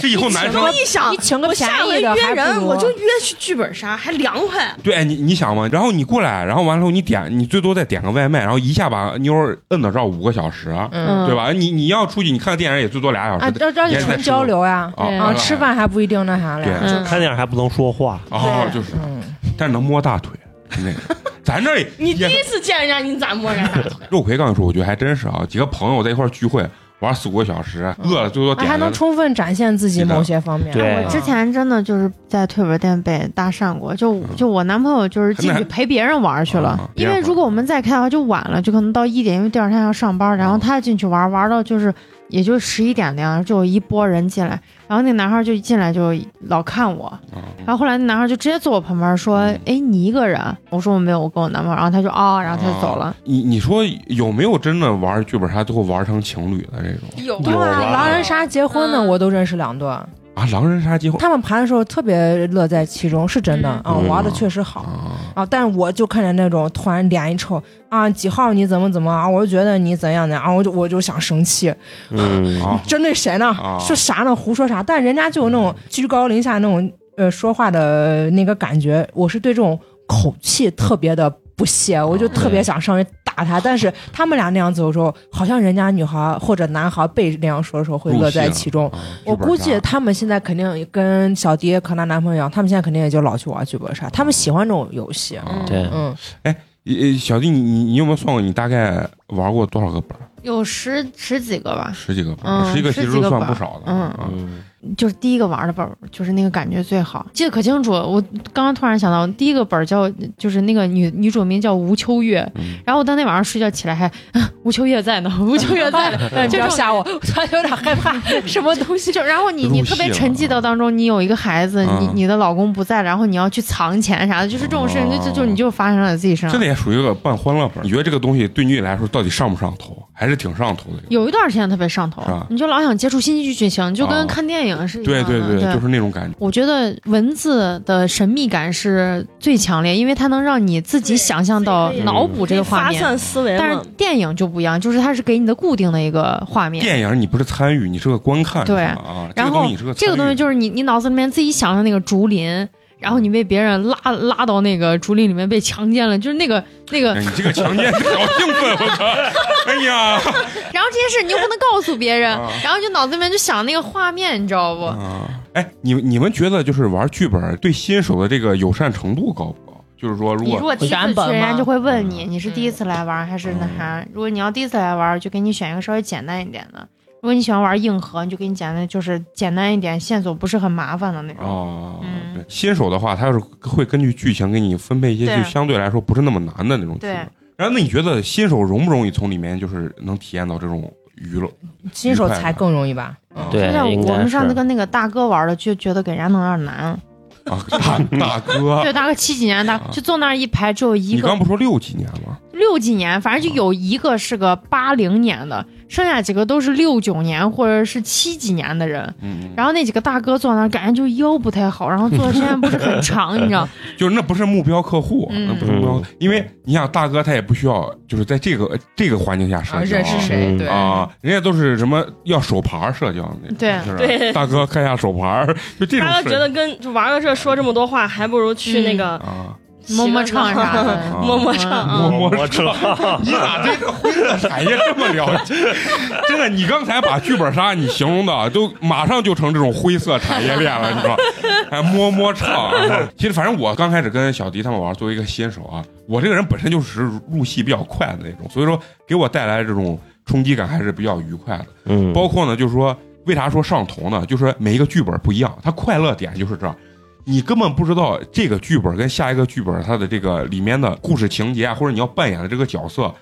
S1: 这以后男生
S2: 我一想
S4: 你，请个
S2: 我
S4: 便
S2: 下回
S4: 宜的
S2: 约
S4: 还
S2: 人
S4: 不如嗯
S2: 我就约去剧本杀，还凉快。
S1: 对，哎你你想嘛，然后你过来，然后完了之后你点，你最多再点个外卖，然后一下把妞儿摁到这儿五个小时，
S4: 嗯，
S1: 对吧？你你要出去，你看个电影也最多俩小
S4: 啊，
S1: 时。
S4: 这这
S1: 嗯也
S4: 是
S1: 是在
S4: 纯
S1: 吃
S4: 交流呀，
S1: 啊
S5: 对
S4: 啊，吃饭还不一定那啥嘞
S1: 对，
S5: 嗯
S3: 看电影还不能说话，
S1: 哦，就是，
S4: 嗯，
S1: 但是能摸大腿，那 个，咱这儿
S2: 你第
S1: 也
S2: 一次见人家，你咋摸人家大腿？
S1: 肉葵刚才说，我觉得还真是啊，几个朋友在一块儿聚会玩四五个小时，饿了最多
S4: 啊
S1: 点
S4: 还能
S1: 个
S4: 充分展现自己某些方面。啊
S3: 对
S5: 我之前真的就是在退本店被搭讪过，就就我男朋友就是进去陪别人玩去
S1: 啊
S5: 了，
S1: 别
S5: 因
S1: 人
S5: 为如果我们再开的话就晚了，就可能到一点，因为第二天还要上班，然后他进去玩，玩到就是也就十一点那样，就有一波人进来，然后那男孩就一进来就老看我，
S1: 啊
S5: 然后后来那男孩就直接坐我旁边说
S1: 嗯：“
S5: 哎，你一个人？”我说：“我没有，我跟我男朋友。”然后他就哦，然后他就走
S1: 啊
S5: 了。
S1: 你你说有没有真的玩剧本杀最后玩成情侣的这种
S2: 有
S3: 有啊
S4: 狼人杀结婚的
S2: 嗯
S4: 我都认识两对儿，
S1: 啊，狼人杀结婚
S4: 他们盘的时候特别乐在其中，是真的啊、
S1: 嗯
S4: 玩的确实好。
S1: 啊，
S4: 啊！但我就看见那种突然脸一臭啊，几号你怎么怎么啊，我就觉得你怎样的啊，我就我就想生气，
S3: 嗯，
S1: 啊
S4: 针对谁呢
S1: 啊？
S4: 是啥呢？胡说啥？但人家就有那种居高临下那种呃说话的那个感觉，我是对这种口气特别的不屑，我就特别想上去打他。但是他们俩那样子有时候，好像人家女孩或者男孩被那样说的时候会乐在其中。
S1: 啊
S4: 我估
S1: 剧
S4: 计
S1: 本杀
S4: 他们现在肯定跟小迪和她男朋友一样，他们现在肯定也就老去玩剧本杀，他们喜欢这种游戏。
S1: 啊
S3: 对，
S4: 嗯，
S1: 呃小弟，你你你有没有算过你大概玩过多少个本儿？
S5: 有十十几个吧，
S1: 十几个本
S5: 嗯
S1: 儿，十几个其
S5: 十
S1: 实
S5: 几个
S1: 算
S5: 本
S1: 不
S5: 儿
S1: 少的。
S5: 嗯
S1: 啊
S3: 嗯
S5: 就是第一个玩的本儿，就是那个感觉最好，记得可清楚。我刚刚突然想到，第一个本儿叫就是那个女女主名叫吴秋月，
S1: 嗯
S5: 然后我当天晚上睡觉起来还、 啊吴秋月在呢， 吴秋月在 呢，
S4: 哎你不
S5: 就
S4: 要
S5: 是
S4: 吓我，我突然有点害 怕。
S5: 什么东西？就然后你
S1: 入戏
S5: 你特别
S1: 了
S5: 沉浸到当中，你有一个孩子，
S1: 嗯
S5: 你你的老公不在，然后你要去藏钱啥的，就是这种事情，就就就你就发生在自己身
S1: 哦这
S5: 上
S1: 个。也属于个半欢乐本儿。你觉得这个东西对你来说到底上不上头？还是挺上头的。
S5: 有一段时间特别上头
S1: 是吧，
S5: 你就老想接触新剧剧情，就
S1: 啊
S5: 跟看电影是一
S1: 对
S5: 样的。
S1: 对对，就是那种感觉。
S5: 我觉得文字的神秘感是最强烈，因为它能让你自己
S2: 对
S5: 想象到
S2: 自己可以
S5: 脑补这个画
S2: 发
S5: 面。
S2: 散思维
S5: 但是
S2: 嘛。
S5: 电影就不一样，就是它是给你的固定的一个画面。
S1: 电影你不是参与，你是个观看，
S5: 对
S1: 是吧啊，这
S5: 然
S1: 个东
S5: 后
S1: 西你是个
S5: 这个东西就是你你脑子里面自己想象那个竹林，然后你被别人拉拉到那个竹林里面被强奸了，就是那个那个
S1: 参与，哎你这个强奸好兴奋，我操！哎呀，
S5: 然后这件事你又不能告诉别人，
S1: 啊
S5: 然后就脑子里面就想那个画面，你知道不？
S1: 啊，哎，你们你们觉得就是玩剧本对新手的这个友善程度高不高？就是说，如
S5: 你
S1: 果嗯
S5: 如果第一次
S4: 选本
S5: 去，人
S4: 吗
S5: 家就会问你，你是第一次来玩还是那啥？如果你要第一次来玩，就给你选一个稍微简单一点的；如果你喜欢玩硬核，你就给你简单，就是简单一点，线索不是很麻烦的那种。
S1: 啊，
S5: 嗯
S1: 对，新手的话，他是会根据剧情给你分配一些
S5: 对
S1: 就相对来说不是那么难的那种剧
S5: 对
S1: 本。然后，那你觉得新手容不容易从里面就是能体验到这种娱乐？啊
S4: 新手才更容易吧？嗯
S3: 对
S5: 就像，
S3: 应
S5: 我
S3: 该
S5: 们上次
S3: 是。
S5: 跟那个大哥玩的，就觉得给人家弄有点难。
S1: 啊，大大哥
S5: 对，，大哥七几年大，
S1: 啊
S5: 就坐那儿一排，只有一
S1: 你刚啊
S5: 个
S1: 不说六几年吗？
S5: 六几年，反正就有一个是个八零年的，剩下几个都是六九年或者是七几年的人。
S1: 嗯，
S5: 然后那几个大哥坐那儿，感觉就腰不太好，然后坐的时间不是很长，你知道？
S1: 就是那不是目标客户，
S5: 嗯
S1: 那不是目标，因为你想大哥他也不需要，就是在这个这个环境下
S4: 啊，
S1: 社交
S4: 认识谁？
S3: 嗯
S4: 对，
S1: 啊，人家都是什么要手牌儿社交那种，
S5: 对
S1: 是吧
S2: 对
S1: 大哥看一下手牌儿，就这种
S2: 大家
S1: 社
S2: 觉得跟就玩个这说这么多话，还不如去那个
S1: 啊，
S5: 摸摸唱啥的
S1: 啊，
S2: 摸摸唱
S5: 嗯
S2: 啊。
S1: 摸
S3: 摸
S1: 摸
S3: 车，
S1: 你咋对这个灰色产业这么了解？真的，你刚才把剧本杀你形容的啊都马上就成这种灰色产业链了，你知道？还摸摸唱、啊。其实，反正我刚开始跟小迪他们玩，作为一个新手啊，我这个人本身就是入戏比较快的那种，所以说给我带来这种冲击感还是比较愉快的。
S3: 嗯，
S1: 包括呢，就是说为啥说上头呢？就是每一个剧本不一样，它快乐点就是这儿。你根本不知道这个剧本跟下一个剧本它的这个里面的故事情节啊，或者你要扮演的这个角色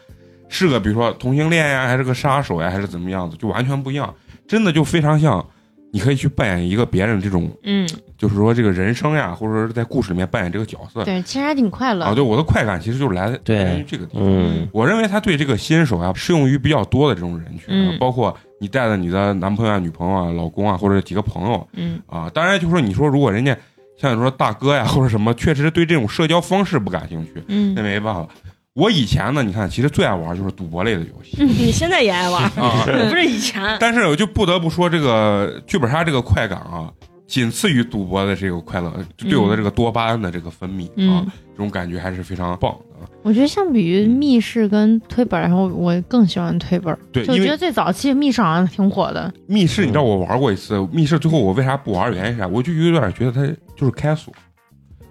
S1: 是个比如说同性恋呀、还是个杀手呀、还是怎么样子，就完全不一样。真的就非常像，你可以去扮演一个别人这种，
S5: 嗯，
S1: 就是说这个人生呀，或者说是在故事里面扮演这个角色
S5: 对，其实还挺快乐。
S1: 啊。对，我的快感其实就是来自
S3: 对
S1: 来源于这个地方。
S3: 嗯
S1: 我认为他对这个新手啊适用于比较多的这种人群，啊
S5: 嗯
S1: 包括你带着你的男朋友啊、女朋友啊、老公啊，或者几个朋友
S5: 嗯，
S1: 啊。当然，就说你说如果人家像你说大哥呀或者什么，确实对这种社交方式不感兴趣，那
S5: 嗯
S1: 没办法。我以前呢，你看，其实最爱玩就是赌博类的游戏、
S2: 你现在也爱玩，
S5: 嗯
S1: 啊，
S2: 不是以前。
S1: 但是我就不得不说，这个剧本杀这个快感啊，仅次于赌博的这个快乐，就对我的这个多巴胺的这个分泌、啊
S5: 嗯，，
S1: 这种感觉还是非常棒的。啊。
S5: 我觉得相比于密室跟推本，然后我更喜欢推本。
S1: 对，
S5: 就我
S1: 因
S5: 觉
S1: 为
S5: 得最早期密室好像挺火的，
S1: 密室，你知道我玩过一次，密室最后我为啥不玩？原因是啥？我就有点觉得它就是开锁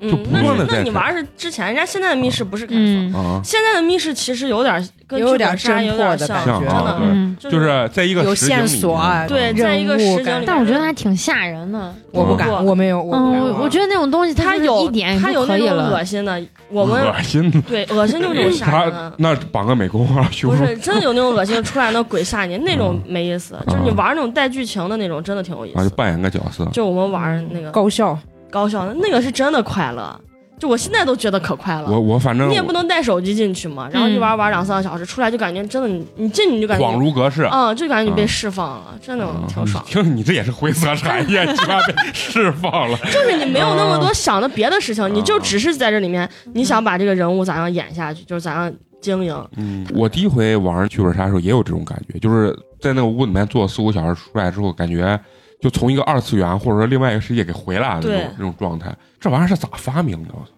S1: 就
S2: 嗯
S1: 不，
S2: 那
S1: 断地
S2: 那
S1: 在
S2: 你
S1: 看
S2: 玩是之前，人家现在的密室不是开锁，
S5: 嗯
S1: 啊，
S2: 现在的密室其实有点跟
S4: 有
S2: 剧
S4: 点
S2: 本杀
S4: 侦
S2: 有
S4: 破
S2: 点
S4: 的
S2: 像，
S4: 感
S2: 真
S1: 觉啊
S2: 的
S5: 嗯，
S1: 就。是在一个
S4: 有
S1: 实景
S4: 线
S1: 里
S4: 索啊
S1: 面
S2: 对，
S4: 嗯
S2: 在一个
S5: 任
S2: 时
S5: 务
S2: 间
S5: 感
S2: 里，
S5: 但我觉得还挺吓人的。
S4: 我不敢，
S2: 嗯
S4: 我没有，我
S5: 嗯，
S4: 不敢
S5: 我
S4: 玩
S5: 我觉得那种东西它
S2: 他
S5: 是
S2: 有
S5: 一点
S2: 他
S5: 就
S2: 有那
S5: 可以
S2: 种
S5: 了
S2: 恶。心的，我 们
S1: 恶心的，
S2: 对恶心就是那种吓 人
S1: 他
S2: 的。
S1: 那绑个美工 啊，修
S2: 不
S1: 复
S2: 是真的有那种恶心的出来那鬼吓你，那种没意思。就是你玩那种带剧情的那种，真的挺有意
S1: 嗯啊，
S2: 思
S1: 就
S2: 的。
S1: 扮演个角色
S2: 就我们玩那个
S4: 高校
S2: 高校的那个是真的快乐，就我现在都觉得可快了。
S1: 我我反正
S2: 你也不能带手机进去嘛，然后就玩玩两三个小时，出来就感觉真的你你进去就感
S1: 恍
S2: 觉，
S1: 如嗯隔世。
S2: 啊，就感觉你被释放了，真的挺爽 的。
S1: 听你这也是灰色产业， 居然被释放了。
S2: 就是你没有那么
S1: 嗯
S2: 多想的别的事情，你就只是在这里面，你想把这个人物咋样演下去，就是咋样经营。
S1: 嗯，我第一回玩剧本杀的时候也有这种感觉，就是在那个屋里面坐四五小时出来之后，感觉就从一个二次元或者说另外一个世界给回来了那
S2: 对
S1: 种那种状态。这玩意儿是咋发明的？我操，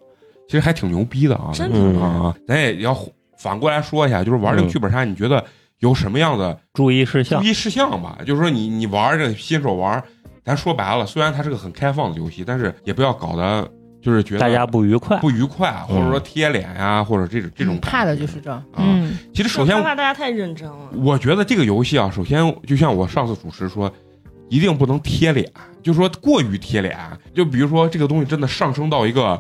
S1: 其实还挺牛逼的啊！
S2: 真
S3: 的嗯
S1: 啊，咱也要反过来说一下，就是玩这个
S3: 嗯啊
S1: 剧本杀，你觉得有什么样的
S3: 注意事项
S1: 注。意事项吧？就是说你你玩这个新手玩，咱说白了，虽然它是个很开放的游戏，但是也不要搞得就是觉得
S3: 大家嗯不愉快，
S1: 不愉快，或者说贴脸呀、或者这种这种
S4: 嗯怕的
S1: 感觉
S4: 就是这。
S1: 啊。
S5: 嗯
S1: 其实首先
S2: 害怕大家太认真 了。
S1: 我觉得这个游戏啊，首先就像我上次主持说，一定不能贴脸，就说过于贴脸。就比如说这个东西真的上升到一个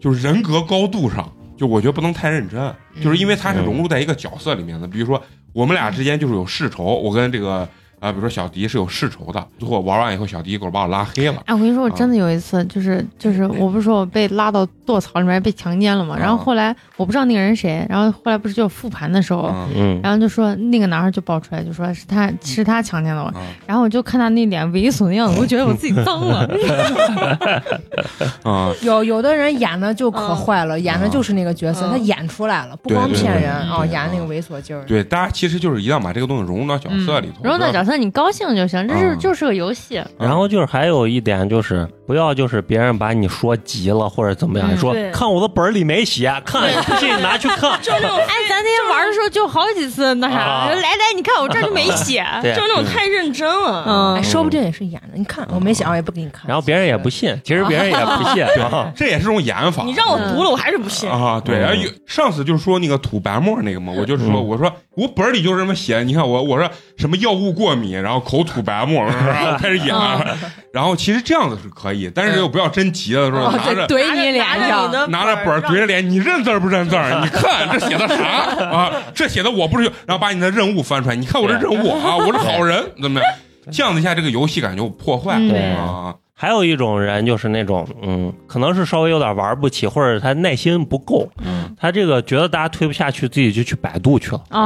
S1: 就是人格高度上，就我觉得不能太认真，就是因为它是融入在一个角色里面的。比如说我们俩之间就是有世仇，我跟这个啊、比如说小迪是有世仇的，最后玩完以后，小迪一会儿把我拉黑了。
S5: 哎，我跟你说，我真的有一次，就是就是，我不是说我被拉到剁槽里面被强奸了嘛，
S1: 啊
S5: 然后后来我不知道那个人谁，然后后来不是就复盘的时候，
S1: 嗯
S3: 嗯，
S5: 然后就说那个男孩就爆出来，就说是他是他强奸的我，
S1: 啊
S5: 然后我就看他那脸猥琐的样子，我觉得我自己脏了。
S1: 啊！
S4: 有有的人演的就可坏了，演的就是那个角色，
S5: 嗯
S4: 他演出来了，不光
S1: 对对
S4: 骗
S1: 对
S4: 人
S5: 对
S4: 啊，
S1: 对
S4: 演那个猥琐劲儿。
S1: 对，大家其实就是一定要把这个东西融入到 角色里头。
S5: 嗯然后那角色你高兴就行，这
S1: 啊
S5: 是就是个游戏。哎
S3: 然后就是还有一点就是，不要就是别人把你说急了或者怎么样，
S5: 嗯
S3: 你说
S2: 对
S3: 看我的本儿里没写，看不信拿去看。
S2: 就是那种
S5: 哎，咱那天玩的时候就好几次那啥，
S3: 啊
S5: 来来，你看我这儿就没写。
S3: 对嗯
S2: 就是那
S1: 嗯
S2: 种太认真了。
S5: 嗯
S4: 哎，，说不定也是演的。你看，我没想，我也不给你看。
S3: 然后别人也不信，其实别人也不信啊。
S1: 这也是种演法。
S2: 你让我读了，我还是不 信。
S1: 嗯啊，对，
S3: 嗯
S1: 然后有上次就是说那个吐白沫那个嘛，我就说，
S3: 嗯
S1: 我说我本儿里就是这么写，你看我我说什么药物过敏，然后口吐白沫，然后开始演，啊然后其实这样子是可以，但是又不要真急了，说
S5: 哦
S1: 拿着。
S5: 怼
S2: 拿着你的
S1: 拿着本儿怼着脸，你认字儿不认字儿？你看这写的啥啊？这写的我不是有，然后把你的任务翻出来，你看我这任务啊，我是好人，怎么样？这样子一下，这个游戏感觉我破坏
S5: 嗯
S1: 了
S5: 对
S1: 啊，
S3: 还有一种人就是那种，嗯，可能是稍微有点玩不起，或者他耐心不够，
S1: 嗯
S3: 他这个觉得大家推不下去，自己就去百度去了
S5: 啊，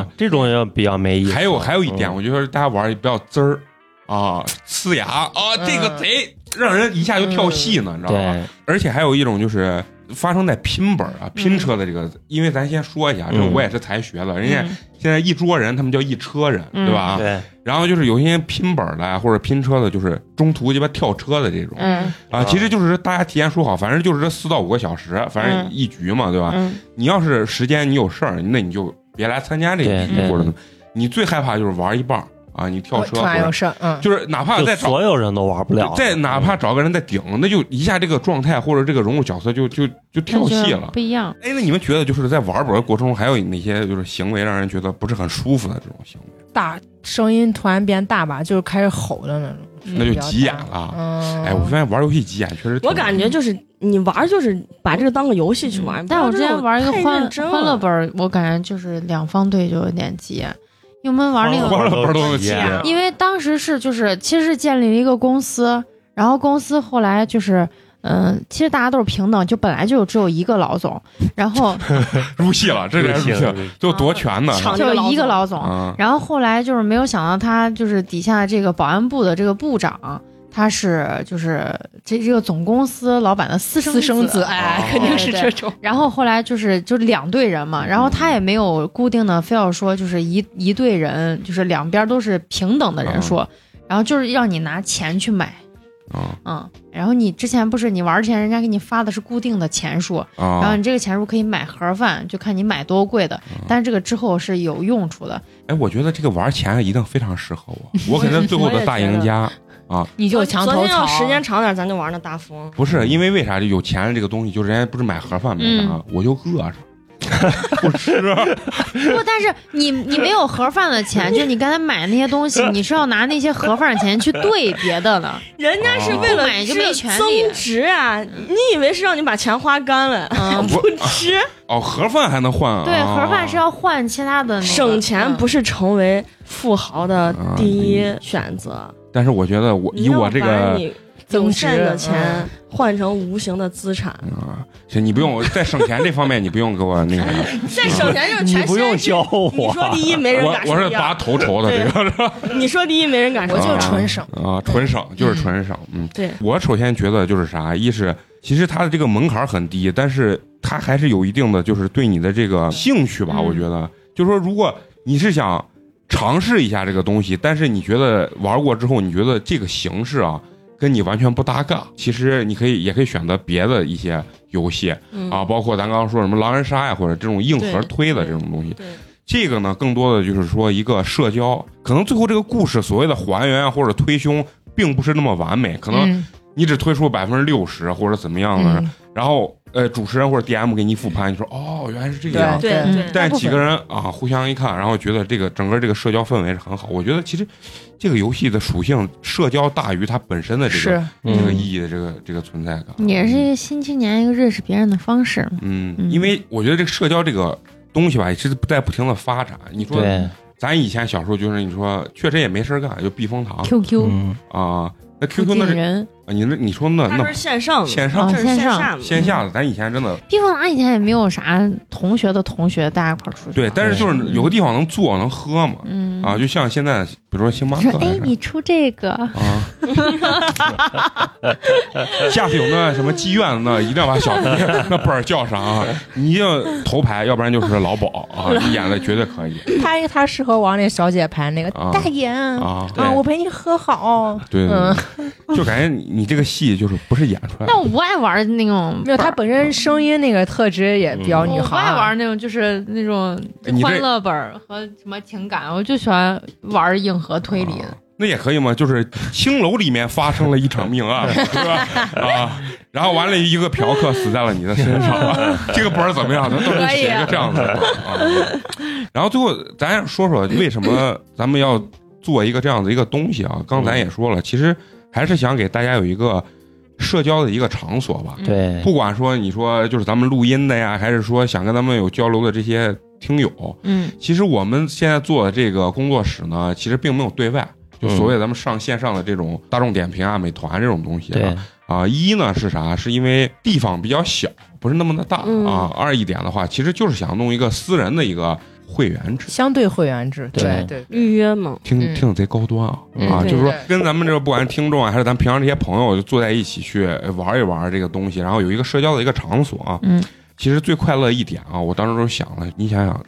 S3: 啊，这种也比较没意思。
S1: 还有还有一点，
S3: 嗯
S1: 我觉得大家玩儿也不要滋儿啊，呲牙啊，这个贼让人一下就跳戏呢，你知道吗？
S3: 对，
S1: 而且还有一种就是发生在拼本儿啊、拼车的这个，因为咱先说一下，这个
S3: 嗯
S1: 我也是才学的，人家
S5: 嗯
S1: 现在一桌人，他们叫一车人，
S5: 嗯
S1: 对吧？啊
S3: 对，
S1: 然后就是有些人拼本儿的啊或者拼车的，就是中途鸡巴跳车的这种
S5: 嗯
S1: 啊，其实就是大家提前说好，反正就是这四到五个小时，反正
S5: 嗯
S1: 一局嘛，对吧？
S5: 嗯，
S1: 你要是时间你有事儿，那你就别来参加这
S3: 对
S1: 一局
S5: 对
S1: 或者怎么。你最害怕就是玩一半儿啊，你跳
S4: 我
S1: 车
S4: 突然
S1: 或
S4: 有
S1: 者
S4: 事儿，嗯，
S1: 就是哪怕
S3: 就
S1: 再找
S3: 所有人都玩不了，嗯
S1: 再哪怕找个人再顶，那就一下这个状态或者这个人物角色就就就跳戏
S5: 那就
S1: 了
S5: 不。一样。
S1: 哎，那你们觉得就是在玩本的过程中，还有哪些就是行为让人觉得不是很舒服的这种行为？
S4: 大声音突然变大吧，就是开始吼的那种，
S1: 那就急眼
S4: 比较大
S1: 了。
S4: 嗯，
S1: 哎，我发现玩游戏急眼确实挺。
S2: 我感觉就是你玩，就是把这个当个游戏去玩。
S5: 嗯但我之前玩一个
S2: 太
S5: 欢
S2: 认真了
S5: 欢乐本儿，我感觉就是两方队就有点急，因为我们玩那
S1: 欢
S5: 个，
S1: 乐本儿都能急
S2: 啊
S5: 因为当时是就是其实是建立了一个公司，然后公司后来就是。嗯，其实大家都是平等，就本来就有只有一个老总，然后
S1: 入戏了，这点入戏
S3: 啊
S1: 了，就夺权呢。
S2: 抢
S5: 就一个老总，嗯
S1: 啊，
S5: 然后后来就是没有想到他就是底下这个保安部的这个部长，他是就是这这个总公司老板的私生
S4: 私生子，
S1: 哦
S4: 哎，肯定是
S5: 对对
S4: 这种。
S5: 然后后来就是就是两队人
S1: 嗯
S5: 嘛，然后他也没有固定的非要说就是一一队人，就是两边都是平等的人数，然后就是让你拿钱去买，
S1: 啊
S5: 嗯，然后你之前不是你玩之前人家给你发的是固定的钱数，然后
S1: 啊！
S5: 你这个钱数可以买盒饭，就看你买多贵的，
S1: 嗯
S5: 但是这个之后是有用处的，
S1: 哎，我觉得这个玩钱啊一定非常适合我，我肯定是最后的大赢家。
S4: 你就墙
S2: 昨
S4: 头
S2: 天要
S4: 草，
S5: 啊
S2: 时间长点，咱就玩那大富翁。
S1: 不是因为为啥？就有钱人这个东西，就人家不是买盒饭买啥，我就饿着，不吃。
S5: 不，但是你你没有盒饭 的钱，就你刚才买那些东西，你是要拿那些盒饭的钱去兑别的
S1: 啊
S5: 呢。
S2: 人家是为了
S5: 不哦买就没权利
S2: 增值啊！你以为是让你把钱花干了？
S5: 嗯，
S1: 不
S2: 吃
S1: 哦，盒饭还能换啊？
S5: 对，盒饭是
S1: 要
S5: 要换其他的那个嗯
S2: 省钱不是成为富豪的第一选择。
S1: 啊但是我觉得我以我这
S2: 你要把
S1: 个嗯
S2: 你有
S4: 增值
S2: 限的钱换成无形的资产，
S1: 啊，行，你不用在省钱这方面，你不用给我那个啥。
S2: 再省钱就是
S3: 你
S2: 全
S3: 不用教我。
S2: 你说第一没人
S1: 我
S2: 敢
S1: 我是
S2: 说
S1: 拔
S2: 呀，
S1: 头筹的，这个是吧？
S2: 你说第一没人敢说
S5: 我就
S2: 呀，
S5: 纯省
S1: 啊，纯省就是纯省，嗯，
S2: 对
S1: 我首先觉得就是啥，一是其实它的这个门槛很低，但是它还是有一定的就是对你的这个兴趣吧，
S5: 嗯
S1: 我觉得，就说如果你是想尝试一下这个东西，但是你觉得玩过之后，你觉得这个形式啊跟你完全不搭嘎，其实你可以也可以选择别的一些游戏
S2: 嗯
S1: 啊，包括咱刚刚说什么狼人杀呀，或者这种硬核
S2: 对
S1: 推的这
S2: 对
S1: 种东西，
S2: 对
S1: 这个呢，更多的就是说一个社交，可能最后这个故事所谓的还原啊或者推胸，并不是那么完美，可能
S5: 嗯
S1: 你只推出百分之六十或者怎么样的，
S5: 嗯
S1: 然后呃主持人或者 DM 给你复盘，你说哦原来是这样，
S2: 对
S5: 嗯
S2: 对，
S1: 但
S4: 大部分
S1: 几个人啊互相一看，然后觉得这个整个这个社交氛围是很好。我觉得其实这个游戏的属性社交大于它本身的这个
S4: 是
S1: 这个
S3: 嗯，
S1: 意义的这个这个存在感，
S5: 也是一个新青年一个认识别人的方式嘛。
S1: 嗯，
S5: 嗯
S1: 因为我觉得这个社交这个东西吧，也是在不停的发展。你说
S3: 对，
S1: 咱以前小时候就是你说确实也没事儿干，就避风塘
S5: QQ
S3: 嗯，
S1: 啊。那
S5: 附
S1: QQ
S5: 近
S1: 那是
S5: 人，
S1: 啊你那你说那
S2: 他
S1: 那
S2: 这是线上的，
S1: 线上
S5: 啊
S2: 这是
S5: 线上
S2: 下的，
S1: 线下的，咱以前真的
S5: 避风塘以前也没有啥同学的同学，大家一块儿出去。
S1: 对，但是就是有个地方能坐能喝嘛
S5: 嗯
S1: 啊，就像现在比如说星巴
S5: 说
S1: 克
S5: 哎
S1: 还，是
S5: 你出这个，
S1: 啊， 下次有那什么妓院那一定要把小 那本儿叫上啊，你一定头牌，要不然就是老鸨 啊，你演的绝对可以
S4: 他他适合往那小姐盘那个
S1: 啊
S4: 大爷啊，
S1: 啊，
S5: 嗯
S3: 对
S4: 我陪你喝好。
S1: 对对
S4: 嗯
S1: 对，就感觉你你这个戏就是不是演出来的
S5: 但我不爱玩那种
S4: 没有，
S5: 本
S4: 他
S5: 儿
S4: 本身声音那个特质也比较
S3: 嗯
S5: 我
S4: 女
S5: 不爱
S4: 孩。
S5: 玩那种，就是那种
S1: 哎你这
S5: 欢乐本儿和什么情感，我就喜欢玩硬核推理
S1: 啊那也可以嘛，就是青楼里面发生了一场命 案，是吧？啊，然后完了一个嫖客死在了你的身 上，这个本儿怎么样？咱到底写一个这样子的本儿啊。然后最后咱说说为什么咱们要做一个这样的一个东西啊？刚才也说了，其实还是想给大家有一个社交的一个场所
S5: 嗯
S1: 吧。
S3: 对，
S1: 不管说你说就是咱们录音的呀，还是说想跟咱们有交流的这些听友，
S5: 嗯，
S1: 其实我们现在做的这个工作室呢，其实并没有对外，就所谓咱们上线上的这种大众点评啊、美团这种东西
S3: 对
S1: 啊。，啊，一呢是啥？是因为地方比较小，不是那么的大、
S2: 嗯
S1: 啊。二一点的话，其实就是想弄一个私人的一个会员制。
S4: 相对会员制，
S3: 对
S4: 对对，
S2: 预约嘛，
S1: 听
S5: 嗯
S1: 听着贼高端啊、
S3: 嗯
S1: 啊！
S5: 对
S1: 就是说
S4: 对，
S1: 跟咱们这个不管是听众啊，还是咱平常这些朋友，就坐在一起去玩一玩这个东西，然后有一个社交的一个场所啊。
S5: 嗯，
S1: 其实最快乐一点啊，我当时都想了，你想想，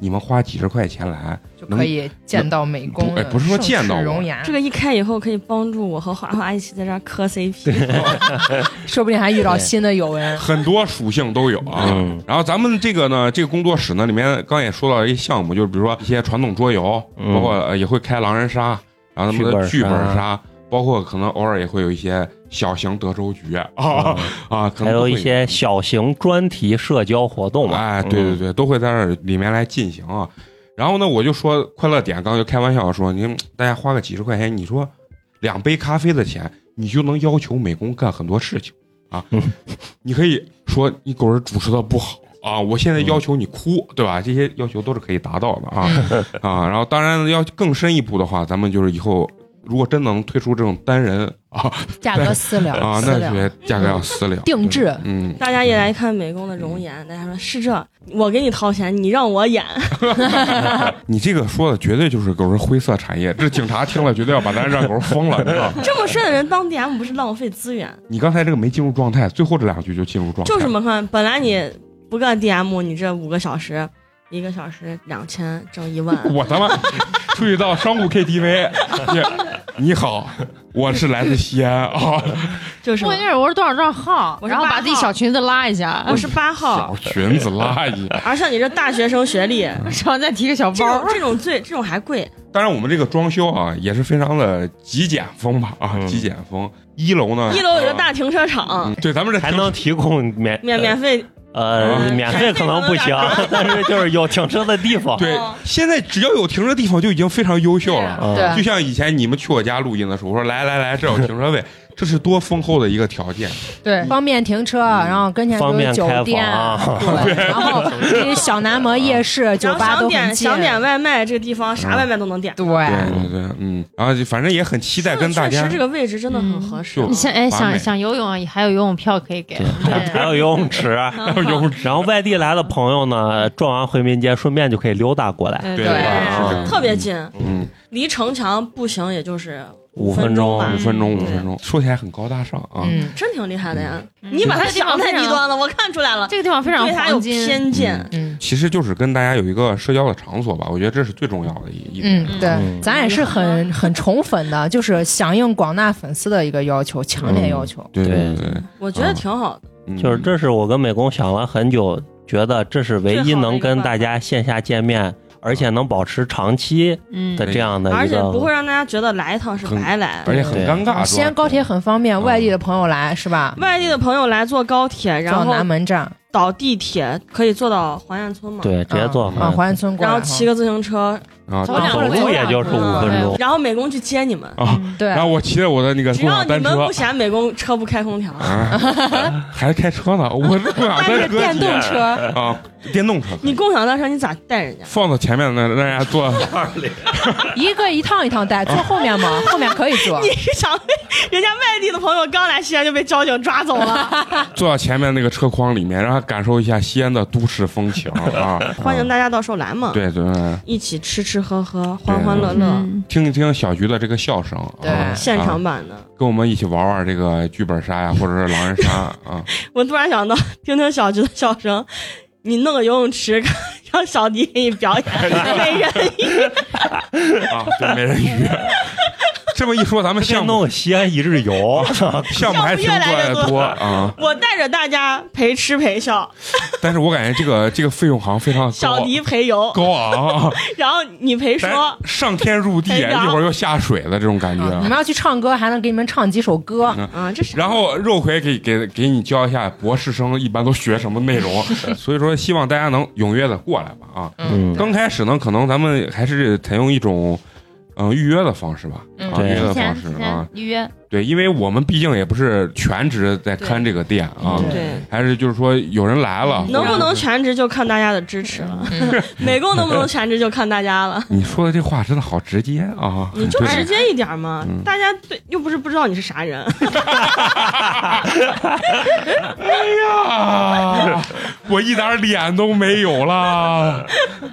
S1: 你们花几十块钱来，
S4: 就可以见到美工
S1: 哎
S4: 的
S1: 不是说见到我
S4: 盛世容颜
S2: 这，个一开以后可以帮助我和花花一起在这儿磕 CP，
S4: 说不定还遇到新的友人。
S1: 很多属性都有啊。
S3: 嗯
S1: 然后咱们这个呢，这个工作室呢，里面刚也说到一项目，就是比如说一些传统桌游，
S3: 嗯
S1: 包括呃也会开狼人杀，然后咱们的剧
S3: 剧
S1: 本
S3: 本杀
S1: 杀，包括可能偶尔也会有一些小型德州局啊、啊，可
S3: 哦还
S1: 能都会
S3: 有一些小型专题社交活动嘛。
S4: 嗯
S1: 哎，对对对，都会在这里面来进行啊。然后呢，我就说快乐点，刚刚就开玩笑说，你们大家花个几十块钱，你说两杯咖啡的钱，你就能要求美工干很多事情啊。
S4: 嗯
S1: 你可以说你狗儿主持的不好啊，我现在要求你哭，
S4: 嗯
S1: 对吧？这些要求都是可以达到的 啊啊。然后当然要更深一步的话，咱们就是以后。如果真能推出这种单人啊
S4: 价格私聊
S1: 啊，
S4: 私
S1: 那
S4: 聊
S1: 得价格要私聊
S4: 定，制，
S1: 嗯，
S2: 大家也来看美工的容颜，大家说是这，我给你掏钱，你让我演，
S1: 你这个说的绝对就是狗是灰色产业，这警察听了绝对要把咱让狗疯了，你知道 吗？
S2: 这么顺的人当 DM 不是浪费资源？
S1: 你刚才这个没进入状态，最后这两句就进入状态，
S2: 就是嘛，看本来你不干 DM，你这五个小时，一个小时两千挣一万，
S1: 我他妈出去到商务 KTV，你你好，我是来自西安啊，
S2: 就是嘛
S5: 关键是我是多少多少号，嗯
S2: 我是
S5: 然后
S2: 八
S5: 把自己
S2: 号
S5: 小裙子拉一下，
S2: 我是八
S1: 小
S2: 号，
S1: 裙子拉一。
S2: 而像你这大学生学 历，
S5: 然后再提个小
S2: 这
S5: 包
S2: 种
S5: 儿。
S2: 这种最这种还贵，
S1: 当然，我们这个装修啊也是非常的极简风吧啊，
S3: 嗯
S1: 极简风。一楼呢，
S2: 一楼有个
S1: 啊
S2: 大停车场
S1: 嗯，对，咱们这
S3: 还能提供免
S2: 免免费
S3: 呃
S1: 嗯
S3: 免费可能不行，但是就是有停车的地方。
S1: 对
S2: 哦，
S1: 现在只要有停车地方就已经非常优秀了。
S3: 嗯
S5: 对
S1: 就像以前你们去我家录音的时候，我说来来来，这有停车位，这是多丰厚的一个条件。
S5: 对
S4: 方便停车，然后跟前
S3: 嗯方
S4: 都有
S3: 便
S4: 酒
S3: 开
S4: 店，啊
S3: 房啊
S4: 对，然后这小南门夜市、酒
S2: 然后
S4: 吧
S2: 想
S4: 都很
S2: 点
S4: 近，
S2: 想点外卖，这个地
S3: 嗯
S2: 方啥外卖都能点。
S4: 对，
S1: 对对对，嗯，然后就反正也很期待跟大
S2: 确
S1: 家
S2: 实这。个位置真的很合
S1: 嗯
S2: 适。
S5: 你想哎
S1: 完美
S5: 想想游泳还有游泳票可以给，
S3: 还有游泳池，还有游泳池。然后外地来的朋友呢，转完回民街，顺便就可以溜达过来，
S5: 嗯
S1: 对
S5: 对
S1: 吧？
S3: 对
S1: 嗯
S2: 特别近，
S1: 嗯，
S2: 离城墙步行也就是
S3: 五
S2: 分
S3: 分钟嗯
S2: 吧
S1: 五分钟，五
S2: 对
S1: 分钟，说起来很高大上啊。
S4: 嗯，
S2: 真挺厉害的呀！
S5: 嗯
S2: 你把它
S5: 这个地方
S2: 想得太
S5: 非常
S2: 低端了，我看出来了，
S5: 这个地方非常
S2: 对它有
S5: 黄金。
S2: 偏见。
S4: 嗯
S1: 其实就是跟大家有一个社交的场所吧，我觉得这是最重要的一一点。
S4: 嗯，对，
S3: 嗯
S4: 咱也是很很宠粉的，就是响应广大粉丝的一个要求，强烈要求。
S1: 对
S3: 对
S1: 对对
S2: 我觉得挺好的，
S1: 嗯，
S3: 就是这是我跟美工想了很久，觉得这是唯一能跟大家线下见面，而且能保持长期
S5: 嗯
S3: 的这样的
S2: 而
S3: 一
S2: 且不
S3: 个
S2: 会让大家觉得来一趟是白来。
S1: 而且很尴
S2: 嗯
S1: 尬。
S4: 西安
S1: 是吧
S4: 嗯高铁很方便，
S1: 嗯
S4: 外地的朋友来是吧？
S2: 外地的朋友来坐高铁，然
S4: 到
S2: 后
S4: 南门站，
S2: 倒地铁可以坐到黄堰村嘛，
S3: 对直接做
S4: 啊，
S3: 饭，
S4: 环村过
S2: 然
S4: 来
S2: 后骑个自行车，嗯
S1: 啊，
S5: 走两
S3: 走
S1: 当
S5: 步
S1: 时
S3: 路也就是五分钟。
S2: 然后美工去接你们。
S1: 啊，
S5: 嗯
S4: 对
S1: 然，后我骑着我的那个
S2: 只
S1: 共
S2: 要
S1: 享
S2: 你
S1: 单
S2: 们
S1: 车
S2: 不，嫌美工车不开空调，
S1: 啊，还开车呢，我是共 享
S4: 但
S1: 单
S4: 是
S1: 车
S4: 电动车，
S1: 啊，电动车
S2: 你共享单车你咋带人家？
S1: 放到前面那让人家坐，
S4: 一个一趟一趟带，坐
S2: 啊
S4: 后面 嘛，后面可以坐
S2: 你。是想被人家外地的朋友刚来西安就被交警抓走
S1: 啊
S2: 了？
S1: 坐到前面那个车筐里面，让他感受一下西安的都市风情啊。
S2: 欢迎大家到时候来嘛，
S1: 对对，对
S2: 一起吃吃喝喝，欢欢乐乐，
S5: 嗯
S1: 听一听小菊的这个笑声
S4: 对
S1: 啊，
S2: 现场
S1: 啊
S2: 版的。
S1: 跟我们一起玩玩这个剧本杀呀，或者是狼人杀啊。
S2: 我突然想到，听听小菊的笑声，你弄个游泳池， 让小迪给你表 演美人鱼。
S1: 啊，对，美人鱼。这么一说，咱们
S3: 先
S1: 项
S3: 弄
S1: 目
S3: 个西安一日游，
S1: 项目还挺多的多啊，
S2: 我带着大家陪吃陪笑，
S1: 但是我感觉这个这个费用好像非常
S2: 小
S1: 高
S2: 迪陪游，
S1: 高昂啊，
S2: 然后你陪
S1: 咱
S2: 说。
S1: 上天入地，
S2: 哎然后
S1: 一会儿又下水了这种感
S4: 啊你们
S1: 觉。
S4: 要去唱歌，还能给你们唱几首歌。
S2: 啊，这是
S1: 然后肉葵给给给你教一下博士生一般都学什么内容，所以说希望大家能踊跃的过来吧啊。
S3: 嗯，
S1: 刚开始呢，可能咱们还是采用一种嗯、呃预约的方式吧，
S4: 嗯
S1: 啊
S3: 对
S1: 预约
S5: 提
S1: 的
S5: 前
S1: 方式
S5: 提
S1: 啊
S5: 前，预约，
S1: 对，因为我们毕竟也不是全职在看这个店啊，
S4: 对
S2: 对，
S1: 还是就是说有人来了，
S2: 能不
S1: 或
S2: 能
S1: 者是
S2: 全职就看大家的支持了。 美工能不能全职就看大家了。
S1: 你说的这话真的好直接啊！
S2: 你就
S1: 对
S2: 直接一点嘛
S1: 嗯，
S2: 大家对又不是不知道你是啥人，
S1: 哎呀，我一点脸都没有了。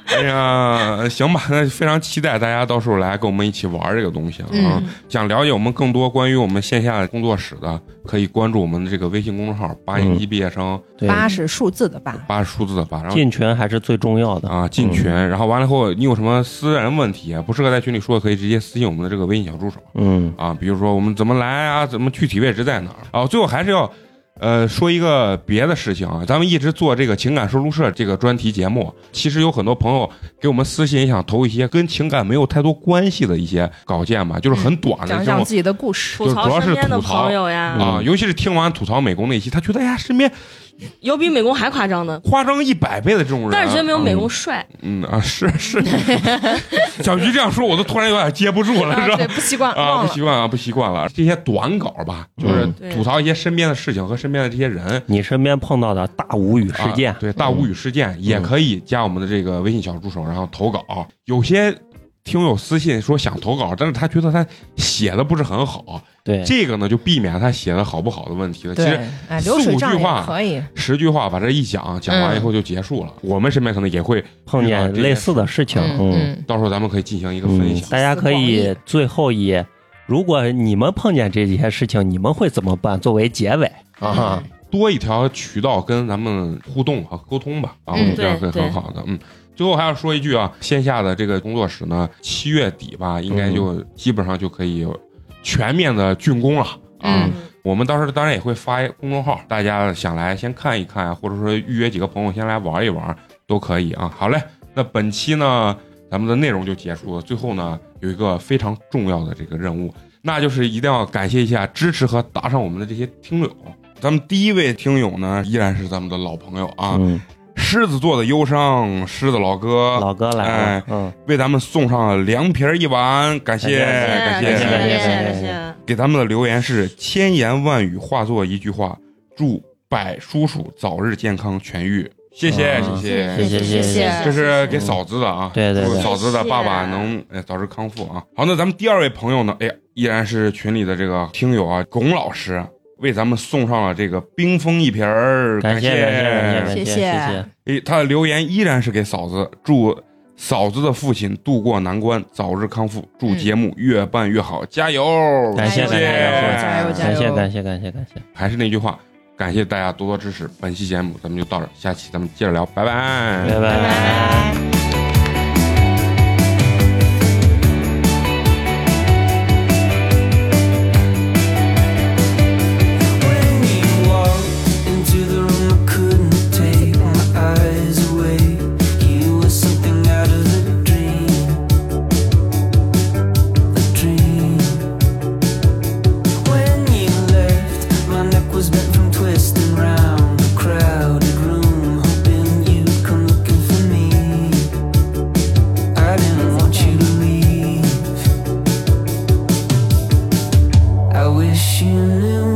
S1: 哎呀，行吧，那非常期待大家到时候来跟我们一起玩这个东西啊！
S4: 嗯
S1: 想了解我们更多关于我们线下工作室的，可以关注我们的这个微信公众号“八年级毕业生
S3: 对，
S4: 八是数字的八，”，
S1: 八是数字的八，然后。
S3: 进群还是最重要的。
S1: 啊，进群，然后完了以后，你有什么私人问题啊不适合在群里说，可以直接私信我们的这个微信小助手。
S3: 嗯，
S1: 啊，比如说我们怎么来啊，怎么具体位置在哪儿啊？最后还是要，呃，说一个别的事情啊。咱们一直做这个情感收录社这个专题节目，其实有很多朋友给我们私信，想投一些跟情感没有太多关系的一些稿件吧，就是很短的
S2: 嗯
S4: 讲
S1: 这
S4: 讲
S1: 种
S4: 自己的故事。
S2: 吐槽身边的朋友
S1: 啊、
S2: 呀，
S3: 嗯
S1: 尤其是听完吐槽美工那一期，他觉得哎呀，身边
S2: 有比美工还夸张的，
S1: 夸张一百倍的这种人，
S2: 但是觉得没有美工
S1: 啊
S2: 帅。
S1: 嗯啊，是是， 小菊这样说，我都突然有点接不住了， 是吧？
S4: 对，不习惯，
S1: 啊，
S4: 忘
S1: 不
S4: 了
S1: 习。惯啊，不习惯了。这些短稿吧，就是
S3: 嗯
S2: 对
S1: 吐槽一些身边的事情和身边的这些人
S3: 你身边碰到的大无语事件嗯
S1: 啊，对大无语事件也可以加我们的这个微信小助手，然后投稿。有些听友私信说想投稿，但是他觉得他写的不是很好，
S3: 对，
S1: 这个呢就避免他写的好不好的问题了。其实
S4: 对，哎，流水账也可以。
S1: 十句话把这一讲，讲完以后就结束了。
S3: 嗯
S1: 我们身边可能也会，
S3: 碰
S1: 啊
S3: 见类似的事情，嗯
S4: 嗯
S1: 到时候咱们可以进行一个分
S3: 嗯，
S1: 享。
S3: 大家可以最后以，如果你们碰见这些事情，你们会怎么办作为结尾啊哈？
S1: 多一条渠道跟咱们互动和沟通吧，啊，
S4: 嗯
S1: 这样会
S2: 对
S1: 很好的。嗯，最后还要说一句啊，线下的这个工作室呢，七月底吧，应该就基本上就可以全面的竣工了啊。
S4: 嗯
S1: 我们到时候当然也会发公众号，大家想来先看一看，或者说预约几个朋友先来玩一玩都可以啊。好嘞，那本期呢，咱们的内容就结束了。最后呢，有一个非常重要的这个任务，那就是一定要感谢一下支持和打赏我们的这些听友。咱们第一位听友呢，依然是咱们的老朋友啊，
S3: 嗯，
S1: 狮子座的忧伤，狮子老哥
S3: 老哥来
S1: 哎
S3: 了，嗯，
S1: 为咱们送上了凉皮儿一碗，感谢
S3: 感
S1: 哎感
S2: 嗯谢
S1: 谢。
S2: 谢
S3: 感谢
S2: 感
S3: 感
S2: 谢，
S1: 给咱们的留言是千言万语化作一句话：祝柏叔叔早日健康痊愈。谢谢
S3: 啊
S1: 谢谢
S3: 谢谢谢
S2: 谢
S1: 这是给嫂子的啊，
S3: 对对对
S1: 祝嫂子的爸爸能哎早日康复啊。好，那咱们第二位朋友呢，哎呀，依然是群里的这个听友啊，龚老师为咱们送上了这个冰封一瓶儿，
S3: 感
S1: 谢
S3: 谢感谢感谢
S4: 谢
S3: 谢
S4: 谢
S3: 谢，
S1: 哎，他的留言依然是给嫂子，祝嫂子的父亲渡过难关，早日康复，祝
S4: 嗯
S1: 节目越办越好，加油！
S3: 感谢
S1: 谢谢，
S4: 加油加油加
S3: 感
S4: 油
S3: 谢感谢感谢感谢，
S1: 还是那句话，感谢大家多多支持，本期节目咱们就到这儿，下期咱们接着聊，拜拜
S3: 拜拜。
S6: When you walked into the room, I couldn't take my eyes away. You were something out of a dream, a dream. When you left, my neck was bent from twisting round the crowded room, hoping you'd come looking for me. I didn't want you to leave. I wish you knew.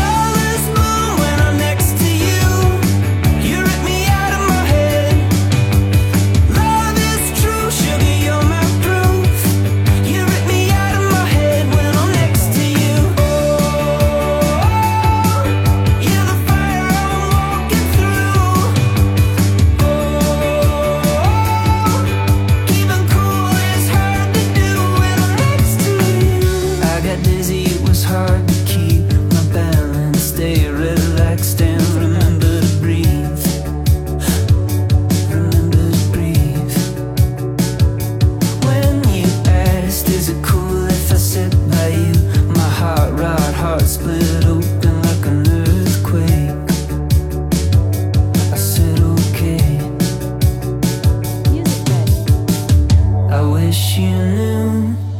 S6: Colors moon when I'm next to you. You rip me out of my head. Love is true, sugar, you're my proof. You rip me out of my head when I'm next to you. Oh, you're the fire I'm walking through. Oh, keeping cool is hard to do when I'm next to you. I got dizzy, it was hard to keep my balance. Stay relaxed and remember to breathe. Remember to breathe. When you asked, is it cool if I sit by you? My heart, right heart split open like an earthquake. I said okay. I wish you knew.